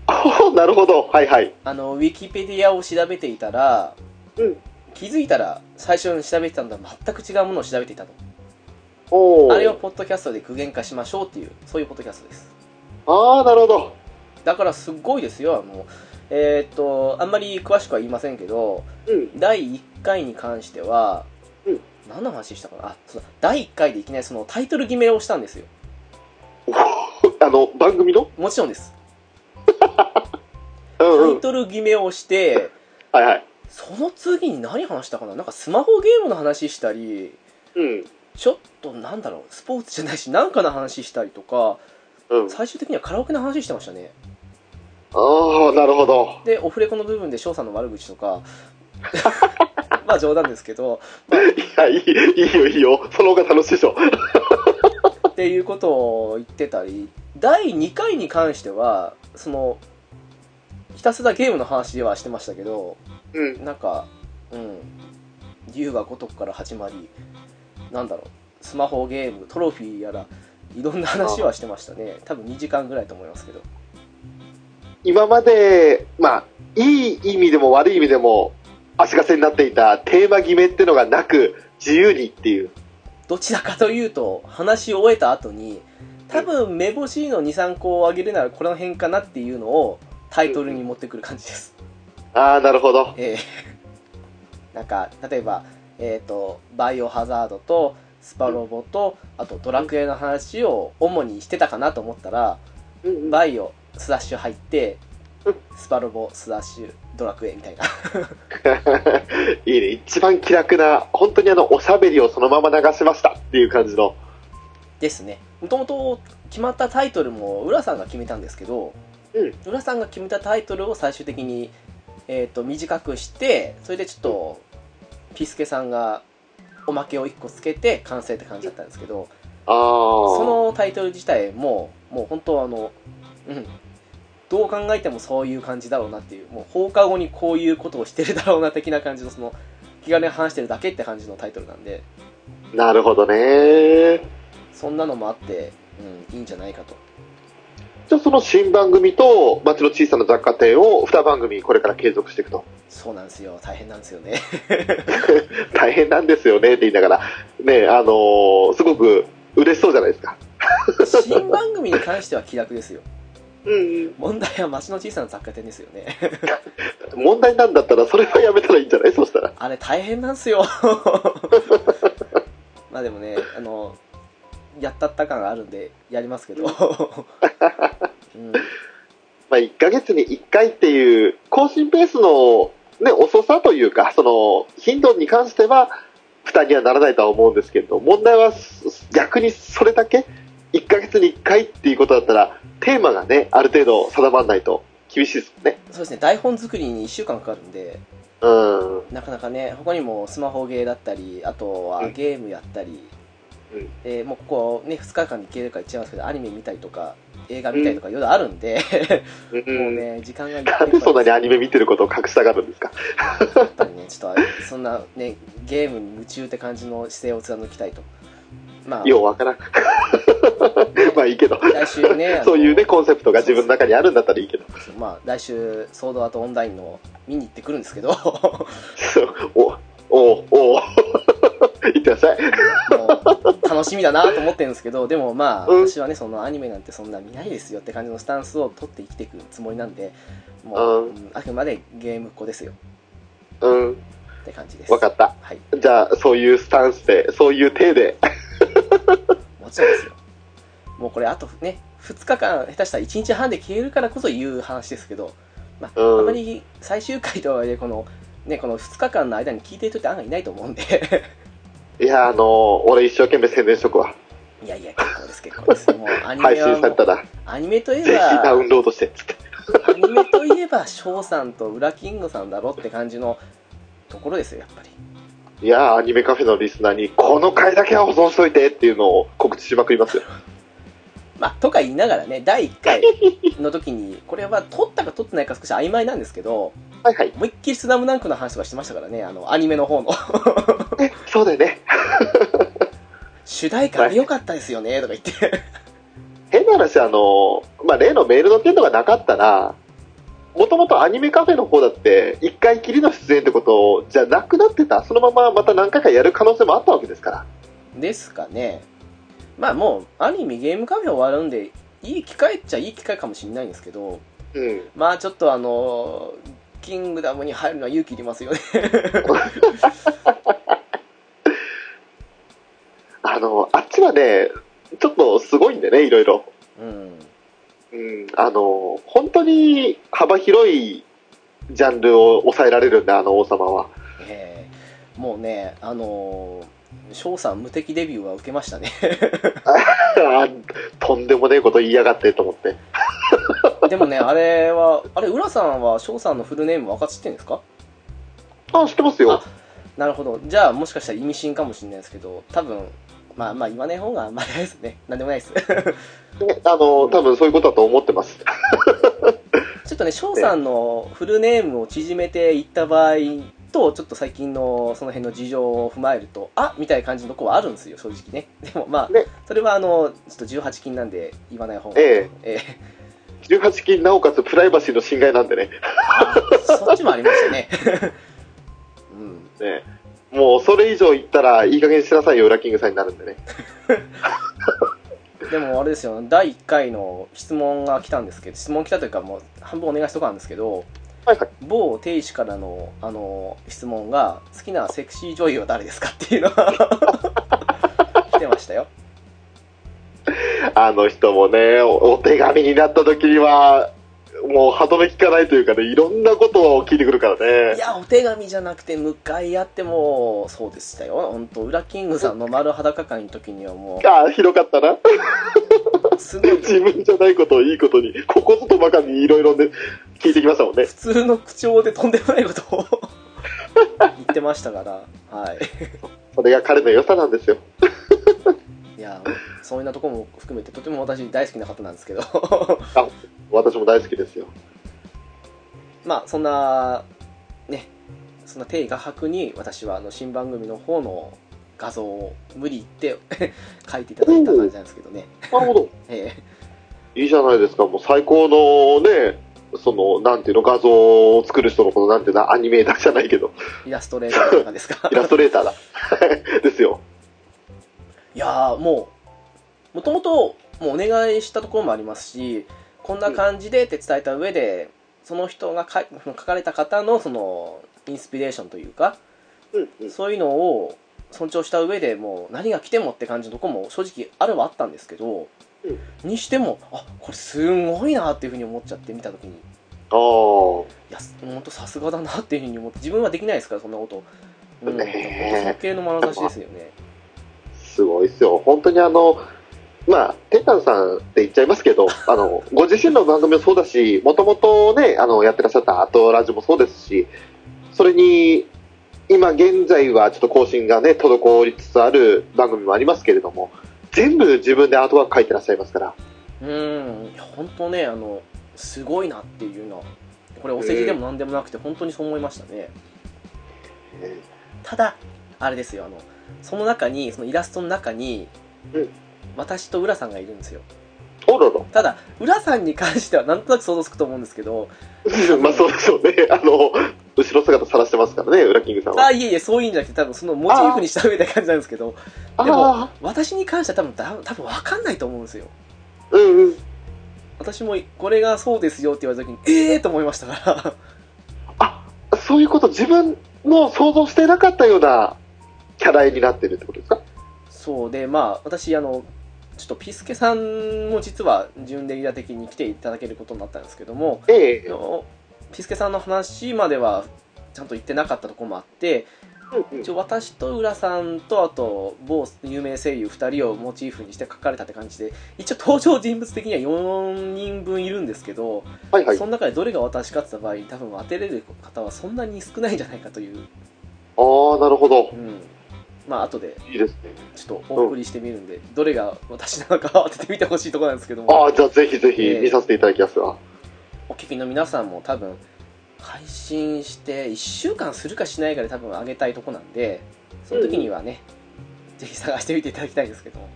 Speaker 2: ああ、なるほど。はいはい。
Speaker 1: あのウィキペディアを調べていたら、
Speaker 2: うん
Speaker 1: 気づいたら最初に調べてたのとは全く違うものを調べていたと
Speaker 2: おー
Speaker 1: あれをポッドキャストで具現化しましょうっていうそういうポッドキャストです
Speaker 2: ああ、なるほど。
Speaker 1: だからすごいですよあのえっ、とあんまり詳しくは言いませんけど
Speaker 2: うん。
Speaker 1: 第1回に関しては、
Speaker 2: うん
Speaker 1: 何の話したかなあそうだ第1回でいきなりそのタイトル決めをしたんですよ
Speaker 2: あの、番組の
Speaker 1: もちろんですタ
Speaker 2: うんう
Speaker 1: イ
Speaker 2: ん。
Speaker 1: トル決めをして、
Speaker 2: はいはい。
Speaker 1: その次に何話したかななんかスマホゲームの話したり
Speaker 2: うん。
Speaker 1: ちょっとなんだろうスポーツじゃないし何かの話したりとか
Speaker 2: うん。
Speaker 1: 最終的にはカラオケの話してましたね
Speaker 2: ああ、なるほど。
Speaker 1: でオフレコの部分で翔さんの悪口と かまあ冗談ですけど
Speaker 2: いや、いい、いいよ、いいよ。その方が楽しいでしょ。
Speaker 1: っていうことを言ってたり第2回に関してはそのひたすらゲームの話はしてましたけど
Speaker 2: うん。
Speaker 1: なんかうん竜が如くから始まりなんだろうスマホゲームトロフィーやらいろんな話はしてましたね多分2時間ぐらいと思いますけど
Speaker 2: 今まで、まあ、いい意味でも悪い意味でも足かせになっていたテーマ決めってのがなく自由にっていう
Speaker 1: どちらかというと話を終えた後に多分めぼしいの23個をあげるならこの辺かなっていうのをタイトルに持ってくる感じです
Speaker 2: ああなるほど
Speaker 1: ええ なんか例えば、えーと「バイオハザード」と「スパロボ」とあと「ドラクエ」の話を主にしてたかなと思ったら「バイオ」スラッシュ入って
Speaker 2: うん
Speaker 1: 「スパロボ」スラッシュ「ドラクエ」みたいな
Speaker 2: いいね一番気楽な本当にあのおしゃべりをそのまま流しましたっていう感じの
Speaker 1: ですねもともと決まったタイトルも浦さんが決めたんですけど、
Speaker 2: うん
Speaker 1: 浦さんが決めたタイトルを最終的に、えー、と短くしてそれでちょっと、ピスケさんがおまけを1個つけて完成って感じだったんですけど、
Speaker 2: ああ
Speaker 1: そのタイトル自体ももう本当あのうんどう考えてもそういう感じだろうなっていうもう放課後にこういうことをしてるだろうな的な感じのその気兼ねを話してるだけって感じのタイトルなんで
Speaker 2: なるほどね
Speaker 1: そんなのもあって、うん、いいんじゃないかと
Speaker 2: じゃあその新番組と町の小さな雑貨店を2番組これから継続していくと
Speaker 1: そうなんですよ大変なんですよね
Speaker 2: 大変なんですよねって言いながらねあのーすごく嬉しそうじゃないですか
Speaker 1: 新番組に関しては気楽ですよ
Speaker 2: うん
Speaker 1: 問題は町の小さな雑貨店ですよね
Speaker 2: 問題なんだったらそれはやめたらいいんじゃ ないそしたら
Speaker 1: あれ大変なんですよ まあでもねあのやったった感があるんでやりますけど、うん、
Speaker 2: まあ、1ヶ月に1回っていう更新ペースの、ね、遅さというかその頻度に関しては負担にはならないとは思うんですけれど問題はす逆にそれだけ1ヶ月に1回っていうことだったらテーマがねある程度定まらないと厳しいですね
Speaker 1: そうですね台本作りに1週間かかるんで
Speaker 2: うん
Speaker 1: なかなかね他にもスマホゲーだったりあと
Speaker 2: う
Speaker 1: は
Speaker 2: ん
Speaker 1: ゲームやったり、
Speaker 2: うん
Speaker 1: えーもうここね2日間に消えるから言っちゃいますけどアニメ見たりとか映画見たりとかいろいろあるんで、もうね時間がいっぱい
Speaker 2: なんでそんなにアニメ見てることを隠したがるんですか
Speaker 1: やっぱりねちょっとそんなねゲームに夢中って感じの姿勢を貫きたいとまあ
Speaker 2: ようわからん まあいいけど
Speaker 1: 来週ねあの
Speaker 2: そういうねコンセプトが自分の中にあるんだったらいいけど
Speaker 1: まあ来週ソードアートオンラインの見に行ってくるんですけど
Speaker 2: そう おおお いってらっしゃい
Speaker 1: もう楽しみだなと思ってるんですけ どでもまあ、
Speaker 2: うん
Speaker 1: 私はねそのアニメなんてそんな見ないですよって感じのスタンスを取って生きていくつもりなんでもう、
Speaker 2: う
Speaker 1: うんあくまでゲームっ子ですよ
Speaker 2: うん
Speaker 1: って感じです
Speaker 2: わかった。
Speaker 1: はい
Speaker 2: じゃあ、そういうスタンスで、そういう体で。
Speaker 1: もちろんですよもうこれあとね2日間下手したら1日半で消えるからこそ言う話ですけど、まあ
Speaker 2: うん
Speaker 1: あまり最終回とはいえこのねこの2日間の間に聞いてる人って案外いないと思うんで
Speaker 2: いや、あのー俺一生懸命宣伝しとくわ。
Speaker 1: いやいや結構です結構ですもうアニ
Speaker 2: 配
Speaker 1: メはも
Speaker 2: 信され
Speaker 1: う
Speaker 2: たら、ぜ
Speaker 1: アニメとい
Speaker 2: ひ
Speaker 1: えば
Speaker 2: ダウンロードして、つって。
Speaker 1: アニメといえば翔さんと裏キングさんだろって感じのところですよやっぱり
Speaker 2: いやー、アニメカフェのリスナーに、この回だけは保存しといてっていうのを告知しまくりますよ。
Speaker 1: まあとか言いながらね第1回の時に これは撮ったか撮ってないか少し曖昧なんですけど
Speaker 2: はいはい。
Speaker 1: 思いっきり「スラムダンクの話とかしてましたからねあのアニメの方の
Speaker 2: え、そうだよね。
Speaker 1: 主題歌良かったですよねとか言って
Speaker 2: 変な話、あのーまあ、例のメールの件とかなかったら、もともとアニメカフェの方だって、一回きりの出演ってことじゃなくなってた。そのまままた何回かやる可能性もあったわけですから。
Speaker 1: ですかねまあもうアニメゲームカフェ終わるんでいい機会っちゃいい機会かもしれないんですけど
Speaker 2: うん。
Speaker 1: まあちょっとあのキングダムに入るのは勇気いりますよね
Speaker 2: あの、あっちはね、ちょっとすごいんでね、いろいろ。
Speaker 1: うん
Speaker 2: うん、あの、本当に幅広いジャンルを抑えられるんで、あの王様は。
Speaker 1: ええもうね、あのー翔さん無敵デビューは受けましたね。
Speaker 2: あとんでもねえこと言いやがってと思って。
Speaker 1: でもね、あれは、あれ、浦さんは翔さんのフルネーム分かってんですか
Speaker 2: あ、知ってますよ
Speaker 1: あ。なるほど。じゃあ、もしかしたら意味深かもしれないですけど、多分、まあまあ言わない方があんまりないですね。なんでもないです。
Speaker 2: ねあの、多分そういうことだと思ってます。
Speaker 1: ちょっとね、翔さんのフルネームを縮めていった場合、と、ちょっと最近のその辺の事情を踏まえると、あみたいな感じの子はあるんですよ、正直ね。でもまあ、
Speaker 2: ね
Speaker 1: それはあの、ちょっと18禁なんで言わない方が。
Speaker 2: え
Speaker 1: え
Speaker 2: え、18禁なおかつプライバシーの侵害なんでね。
Speaker 1: あそっちもありましたね。 うん。
Speaker 2: ねもうそれ以上言ったらいい加減にしなさいよ、裏キングさんになるんでね。
Speaker 1: でもあれですよ、第1回の質問が来たんですけど、質問来たというかもう半分お願いしとかなんですけど、
Speaker 2: はいはい。
Speaker 1: 某亭主からの、あの、質問が、好きなセクシー女優は誰ですかっていうのが 来てましたよ。
Speaker 2: あの人もね、おお手紙になった時には、もう歯止め聞かないというかね、いろんなことを聞いてくるから
Speaker 1: い
Speaker 2: ね。
Speaker 1: や、お手紙じゃなくて、向かい合っても、そうでしたよ。本当裏キングさんの丸裸会の時にはも
Speaker 2: ああ、ひどかったな。
Speaker 1: う、すごい、
Speaker 2: 自分じゃないことをいいことに、ここぞとばかりにいろいろね、聞いてきましたもんね
Speaker 1: 普。通の口調でとんでもないことを 言ってましたから、はい。
Speaker 2: それが彼の良さなんですよ。
Speaker 1: いや、そんなとこも含めて、とても私大好きな方なんですけど、
Speaker 2: 私も大好きですよ。
Speaker 1: まあ、そんな、ね、そんな定画伯に、私はあの新番組の方の画像を無理言って 書いていただいた感じなんですけどね。
Speaker 2: なるほど。
Speaker 1: ええ
Speaker 2: いいじゃないですか、もう最高のね、その、なんていうの、画像を作る人のこの、なんていうの、アニメーターじゃないけど、
Speaker 1: イラストレーターとかですか
Speaker 2: イラストレーターだ。 ですよ。
Speaker 1: いやーもうもともともうお願いしたところもありますしこんな感じでって伝えた上で、その人が書い書かれた方のそのインスピレーションというか
Speaker 2: うんうん。
Speaker 1: そういうのを尊重した上でもう何が来てもって感じのとこも正直あるはあったんですけど、にしてもあこれすごいなっていうふうに思っちゃって見た時にい
Speaker 2: あー
Speaker 1: や本当さすがだなっていうふうに思って自分はできないですからそんな こと、うん、
Speaker 2: ねえ
Speaker 1: 本当尊敬の眼差しですよね
Speaker 2: すごいですよ。本当にあの、まあ、テンタンさんって言っちゃいますけど、 あの、ご自身の番組もそうだし、もともとね、あの、やってらっしゃったアトラジもそうですし、それに、今現在はちょっと更新がね、滞りつつある番組もありますけれども、全部自分でアートワーク書いてらっしゃいますから、
Speaker 1: うんいや本当ねあのすごいなっていうのはこれお世辞でも何でもなくて本当にそう思いましたね
Speaker 2: え
Speaker 1: ただあれですよあのその中にそのイラストの中に、
Speaker 2: うん
Speaker 1: 私と浦さんがいるんですよ
Speaker 2: ーおろろ。
Speaker 1: ただ浦さんに関してはなんとなく想像つくと思うんですけど
Speaker 2: まあそうでしょうね。あの、後ろ姿さらしてますからね、ウラキングさん
Speaker 1: あ
Speaker 2: は。
Speaker 1: いえいえそういうんじゃなくて多分そのモチーフにした上で感じなんですけどでも
Speaker 2: あ
Speaker 1: 私に関しては多分だ多分分かんないと思うんですよ
Speaker 2: ー、うんうん。
Speaker 1: 私もこれがそうですよって言われた時にええー、と思いましたから
Speaker 2: あ、そういうこと、自分の想像してなかったようなキャラになってるってことですか
Speaker 1: そうでまあ私あのちょっとピスケさんも実は準レギュラー的に来ていただけることになったんですけども、
Speaker 2: ええ
Speaker 1: あのピスケさんの話まではちゃんと言ってなかったところもあって
Speaker 2: うんうん
Speaker 1: 一応私と浦さんとあと某有名声優2人をモチーフにして書かれたって感じで一応登場人物的には4人分いるんですけど、
Speaker 2: はいはい。あ
Speaker 1: その中でどれが私かって言った場合多分当てれる方はそんなに少ないんじゃないかという、
Speaker 2: あ、なるほど
Speaker 1: う。ん、まあ後で
Speaker 2: いいですね。
Speaker 1: ちょっとお送りしてみるんで、どれが私なのか当ててみてほしいところなんですけど
Speaker 2: あ
Speaker 1: も、
Speaker 2: あ、じゃあぜひぜ
Speaker 1: え
Speaker 2: ひ
Speaker 1: え
Speaker 2: 見させていただきますわ。
Speaker 1: お聞きの皆さんも多分、配信して1週間するかしないかで多分上げたいとこなんで、その時にはね、ぜひ探してみていただきたいんですけども、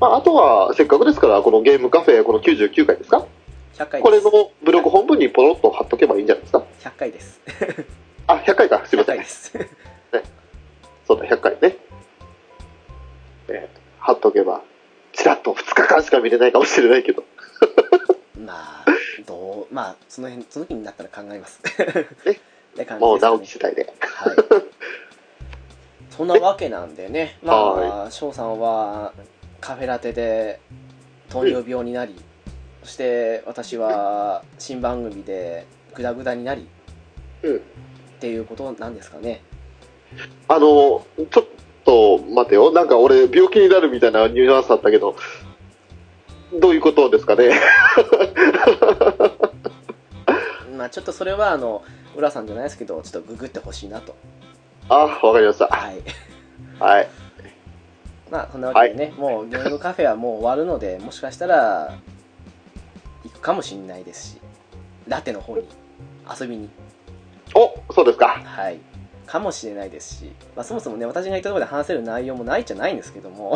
Speaker 2: まあ、あとは、せっかくですから、このゲームカフェ、この99回ですか
Speaker 1: 100回
Speaker 2: これ
Speaker 1: です。
Speaker 2: のブログ本文にポロッと貼っとけばいいんじゃないですか
Speaker 1: 100回です。
Speaker 2: あ、100回か。すいま
Speaker 1: 100
Speaker 2: せ
Speaker 1: 回
Speaker 2: ん
Speaker 1: で。す。
Speaker 2: そうだ、100回ね。えー貼っとけば、ちらっと2日間しか見れないかもしれないけど。
Speaker 1: まあ、どう、まあ、その辺、その時になったら考えます。
Speaker 2: え
Speaker 1: って感じ
Speaker 2: もう
Speaker 1: ですか
Speaker 2: 直
Speaker 1: ね
Speaker 2: 木次第で。
Speaker 1: はい、そんなわけなんでね、まあ、翔さんはカフェラテで糖尿病になり、そして私は新番組でグダグダになり
Speaker 2: うん。
Speaker 1: っていうことなんですかね。
Speaker 2: あの、ちょっと待てよ。なんか俺、病気になるみたいなニュアンスだったけど、どういうことですかね。
Speaker 1: まあ、ちょっとそれは、あの、浦さんじゃないですけど、ちょっとググってほしいなと。
Speaker 2: あ、わかりました。
Speaker 1: はい。
Speaker 2: はい。
Speaker 1: まあ、そんなわけでね、もうゲームカフェはもう終わるので、もしかしたら、行くかもしれないですし、ラテの方に遊びに
Speaker 2: おそうですか。
Speaker 1: はい、かもしれないですし、まあ、そもそもね私が言ったところで話せる内容もないじゃないんですけども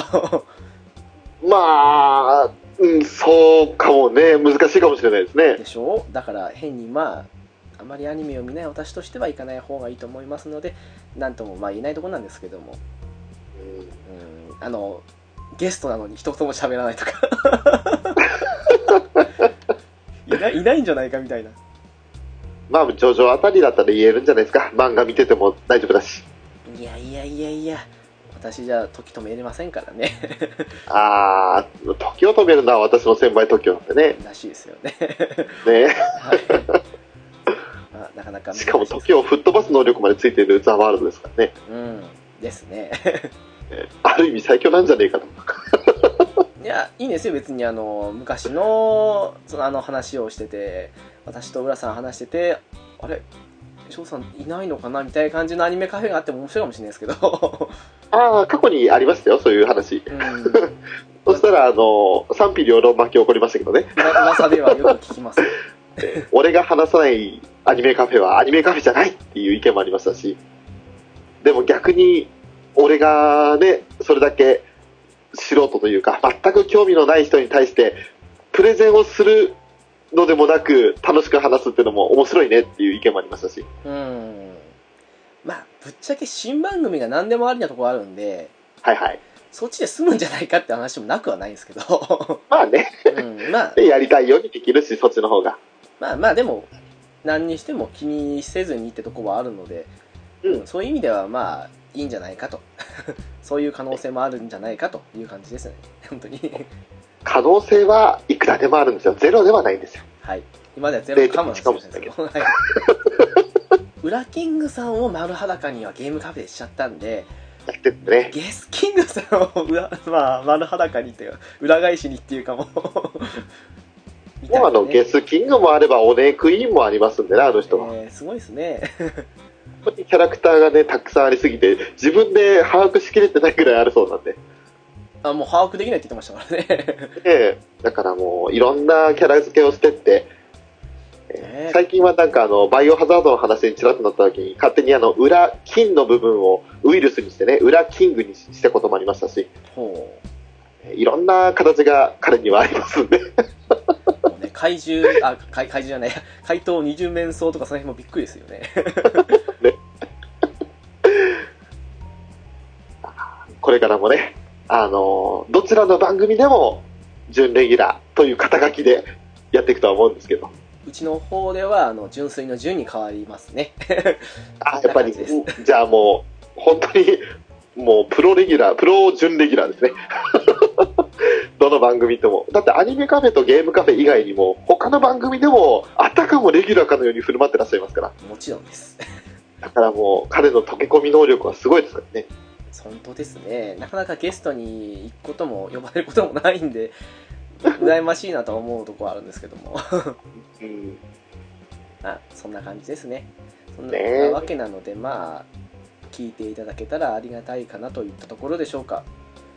Speaker 2: まあ、うん、そうかもね。難しいかもしれないですね。
Speaker 1: でしょだから変にまああまりアニメを見ない私としてはいかない方がいいと思いますので何ともまあ言えないところなんですけども
Speaker 2: うん
Speaker 1: うんあのゲストなのに一言も喋らないとか いないいないんじゃないかみたいな
Speaker 2: まあ、ジョジョあたりだったら言えるんじゃないですか。漫画見てても大丈夫だし。
Speaker 1: いやいやいやいや私じゃ時止めれませんからね
Speaker 2: あー、時を止めるのは私の先輩時をなんでね。
Speaker 1: らしいですよ ね、
Speaker 2: ね。
Speaker 1: はいまあ、なかなか難
Speaker 2: し
Speaker 1: い
Speaker 2: かも
Speaker 1: です
Speaker 2: 時を吹っ飛ばす能力までついているザ・ワールドですからね。
Speaker 1: うんですね
Speaker 2: ある意味最強なんじゃねえかと。
Speaker 1: いやいいんですよ別にあの昔のそのあの話をしてて私と浦さん話しててあれ翔さんいないのかなみたいな感じのアニメカフェがあっても面白いかもしれないですけど、
Speaker 2: あー、過去にありましたよ、そういう話。
Speaker 1: うん、
Speaker 2: そしたら、あの、賛否両論巻き起こりましたけどね。
Speaker 1: うわ噂ではよく聞きます
Speaker 2: 俺が話さないアニメカフェはアニメカフェじゃないっていう意見もありましたし、でも逆に、俺がね、それだけ素人というか、全く興味のない人に対して、プレゼンをするのでもなく、楽しく話すっていうのも面白いねっていう意見もありましたし、
Speaker 1: うんまあぶっちゃけ新番組が何でもありなとこあるんで
Speaker 2: はいはい。
Speaker 1: そっちで済むんじゃないかって話もなくはないんですけど、
Speaker 2: まあね、
Speaker 1: うん、まあ
Speaker 2: やりたいようにできるし、そっちの方が。
Speaker 1: まあまあでも何にしても気にせずにってとこはあるので、
Speaker 2: うん
Speaker 1: うんそういう意味ではまあいいんじゃないかと そういう可能性もあるんじゃないかという感じですね本当に
Speaker 2: 可能性はいくらでもあるんですよ。ゼロではないんですよ。
Speaker 1: はい今ではゼロかもしれないですけどはいウラキングさんを丸裸にはゲームカフェでしちゃったんで
Speaker 2: やってるんでね。
Speaker 1: ゲスキングさんを裏、まあ、丸裸にというか裏返しにっていうかもみ
Speaker 2: もうあの、ゲ
Speaker 1: ス
Speaker 2: スキングもあれば、オネクイーンもありますんでね、あの人は。
Speaker 1: えーすごいですね
Speaker 2: 本当にキャラクターがね、たくさんありすぎて、自分で把握しきれてないぐらいあるそうなんで。
Speaker 1: あもう把握できないって言ってましたからね
Speaker 2: ええだからもう、いろんなキャラ付けをしてって、
Speaker 1: ねえ
Speaker 2: 最近はなんかあの、バイオハザードの話にちらっとなった時に、勝手にあの、裏金の部分をウイルスにしてね、裏キングにしたこともありましたし、
Speaker 1: ほ
Speaker 2: いろんな形が彼にはありますんで。
Speaker 1: うもうね怪獣あ怪怪獣じゃない 怪盗二十面相とかその辺もびっくりですよね
Speaker 2: これからもね、あのどちらの番組でも、準レギュラーという肩書きでやっていくとは思うんですけど。
Speaker 1: うちの方ではあの純粋の純に変わりますね
Speaker 2: あ、やっぱり、
Speaker 1: そんな感
Speaker 2: じゃあもう、本当に、もうプロレギュラー、プロ準レギュラーですね。 どの番組とも。だってアニメカフェとゲームカフェ以外にも、他の番組でも、あたかもレギュラーかのように振る舞ってらっしゃいますから。
Speaker 1: もちろんです
Speaker 2: だからもう、彼の溶け込み能力はすごいですからね。
Speaker 1: 本当ですねなかなかゲストに行くことも呼ばれることもないんで羨ましいなとは思うとこはあるんですけども
Speaker 2: うん。
Speaker 1: あそんな感じですねそんな
Speaker 2: ねえ
Speaker 1: わけなのでまあ聞いていただけたらありがたいかなといったところでしょうか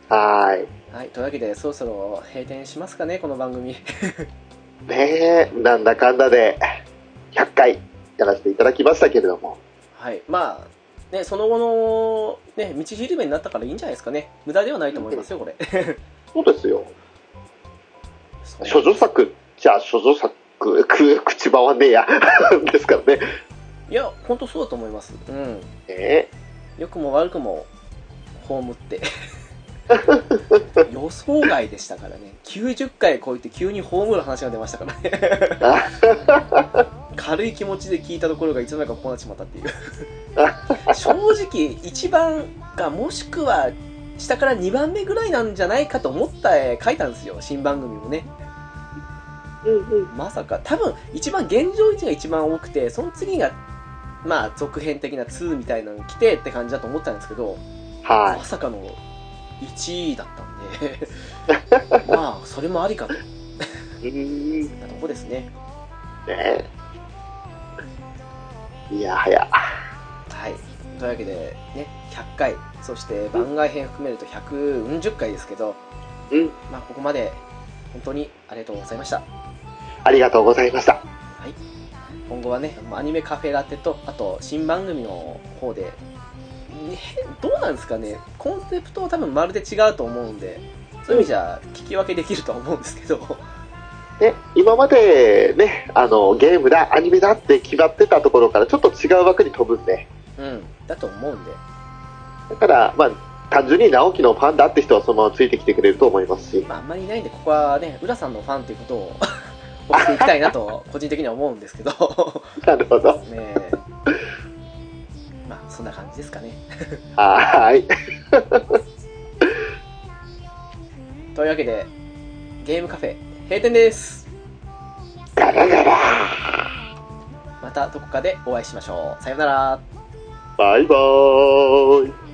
Speaker 2: はーい。
Speaker 1: はいというわけでそろそろ閉店しますかねこの番組
Speaker 2: ねえ、なんだかんだで、100回やらせていただきましたけれども。
Speaker 1: はいまあねその後のね道しるべになったからいいんじゃないですかね無駄ではないと思いますよこれ
Speaker 2: そうですよ。
Speaker 1: そう
Speaker 2: 諸女作、じゃあ諸女作、く、口ばはねえや。 ですからね。ね
Speaker 1: いや本当そうだと思いますうん
Speaker 2: え
Speaker 1: 良くも悪くも葬って予想外でしたからね90回超えて急に葬る話が出ましたからね軽い気持ちで聞いたところがいつの間にかこうなっちまったっていう正直1番かもしくは下から2番目ぐらいなんじゃないかと思った絵書いたんですよ新番組もねまさか多分一番現状維持が一番多くてその次がまあ続編的な2みたいなの来てって感じだと思ったんですけど
Speaker 2: は
Speaker 1: まさかの1位だったんでまあそれもありかといっ
Speaker 2: い。うん。
Speaker 1: たとこですね
Speaker 2: ねいやはや。
Speaker 1: はいというわけでね100回そして番外編含めると140回ですけど
Speaker 2: うん。
Speaker 1: まあここまで本当にありがとうございました
Speaker 2: ありがとうございました。
Speaker 1: 今後はね、アニメカフェラテと、あと、新番組の方で、ねどうなんですかね、コンセプトは多分まるで違うと思うんで、そういう意味じゃ、聞き分けできるとは思うんですけど、
Speaker 2: ね、今までね、あの、ゲームだ、アニメだって決まってたところからちょっと違う枠に飛ぶんで。
Speaker 1: うん、だと思うんで、
Speaker 2: だから、まあ、単純に直樹のファンだって人はそのままついてきてくれると思いますし。
Speaker 1: まあ、あんまりいないんで、ここはね、浦さんのファンということを 追っていきたいなと、個人的には思うんですけど、
Speaker 2: なるほど。
Speaker 1: ねえまあ、そんな感じですかね。
Speaker 2: はーい。
Speaker 1: というわけで、ゲームカフェ、閉店です。
Speaker 2: ガラガラ。
Speaker 1: またどこかでお会いしましょう。さようなら。
Speaker 2: バイバーイ。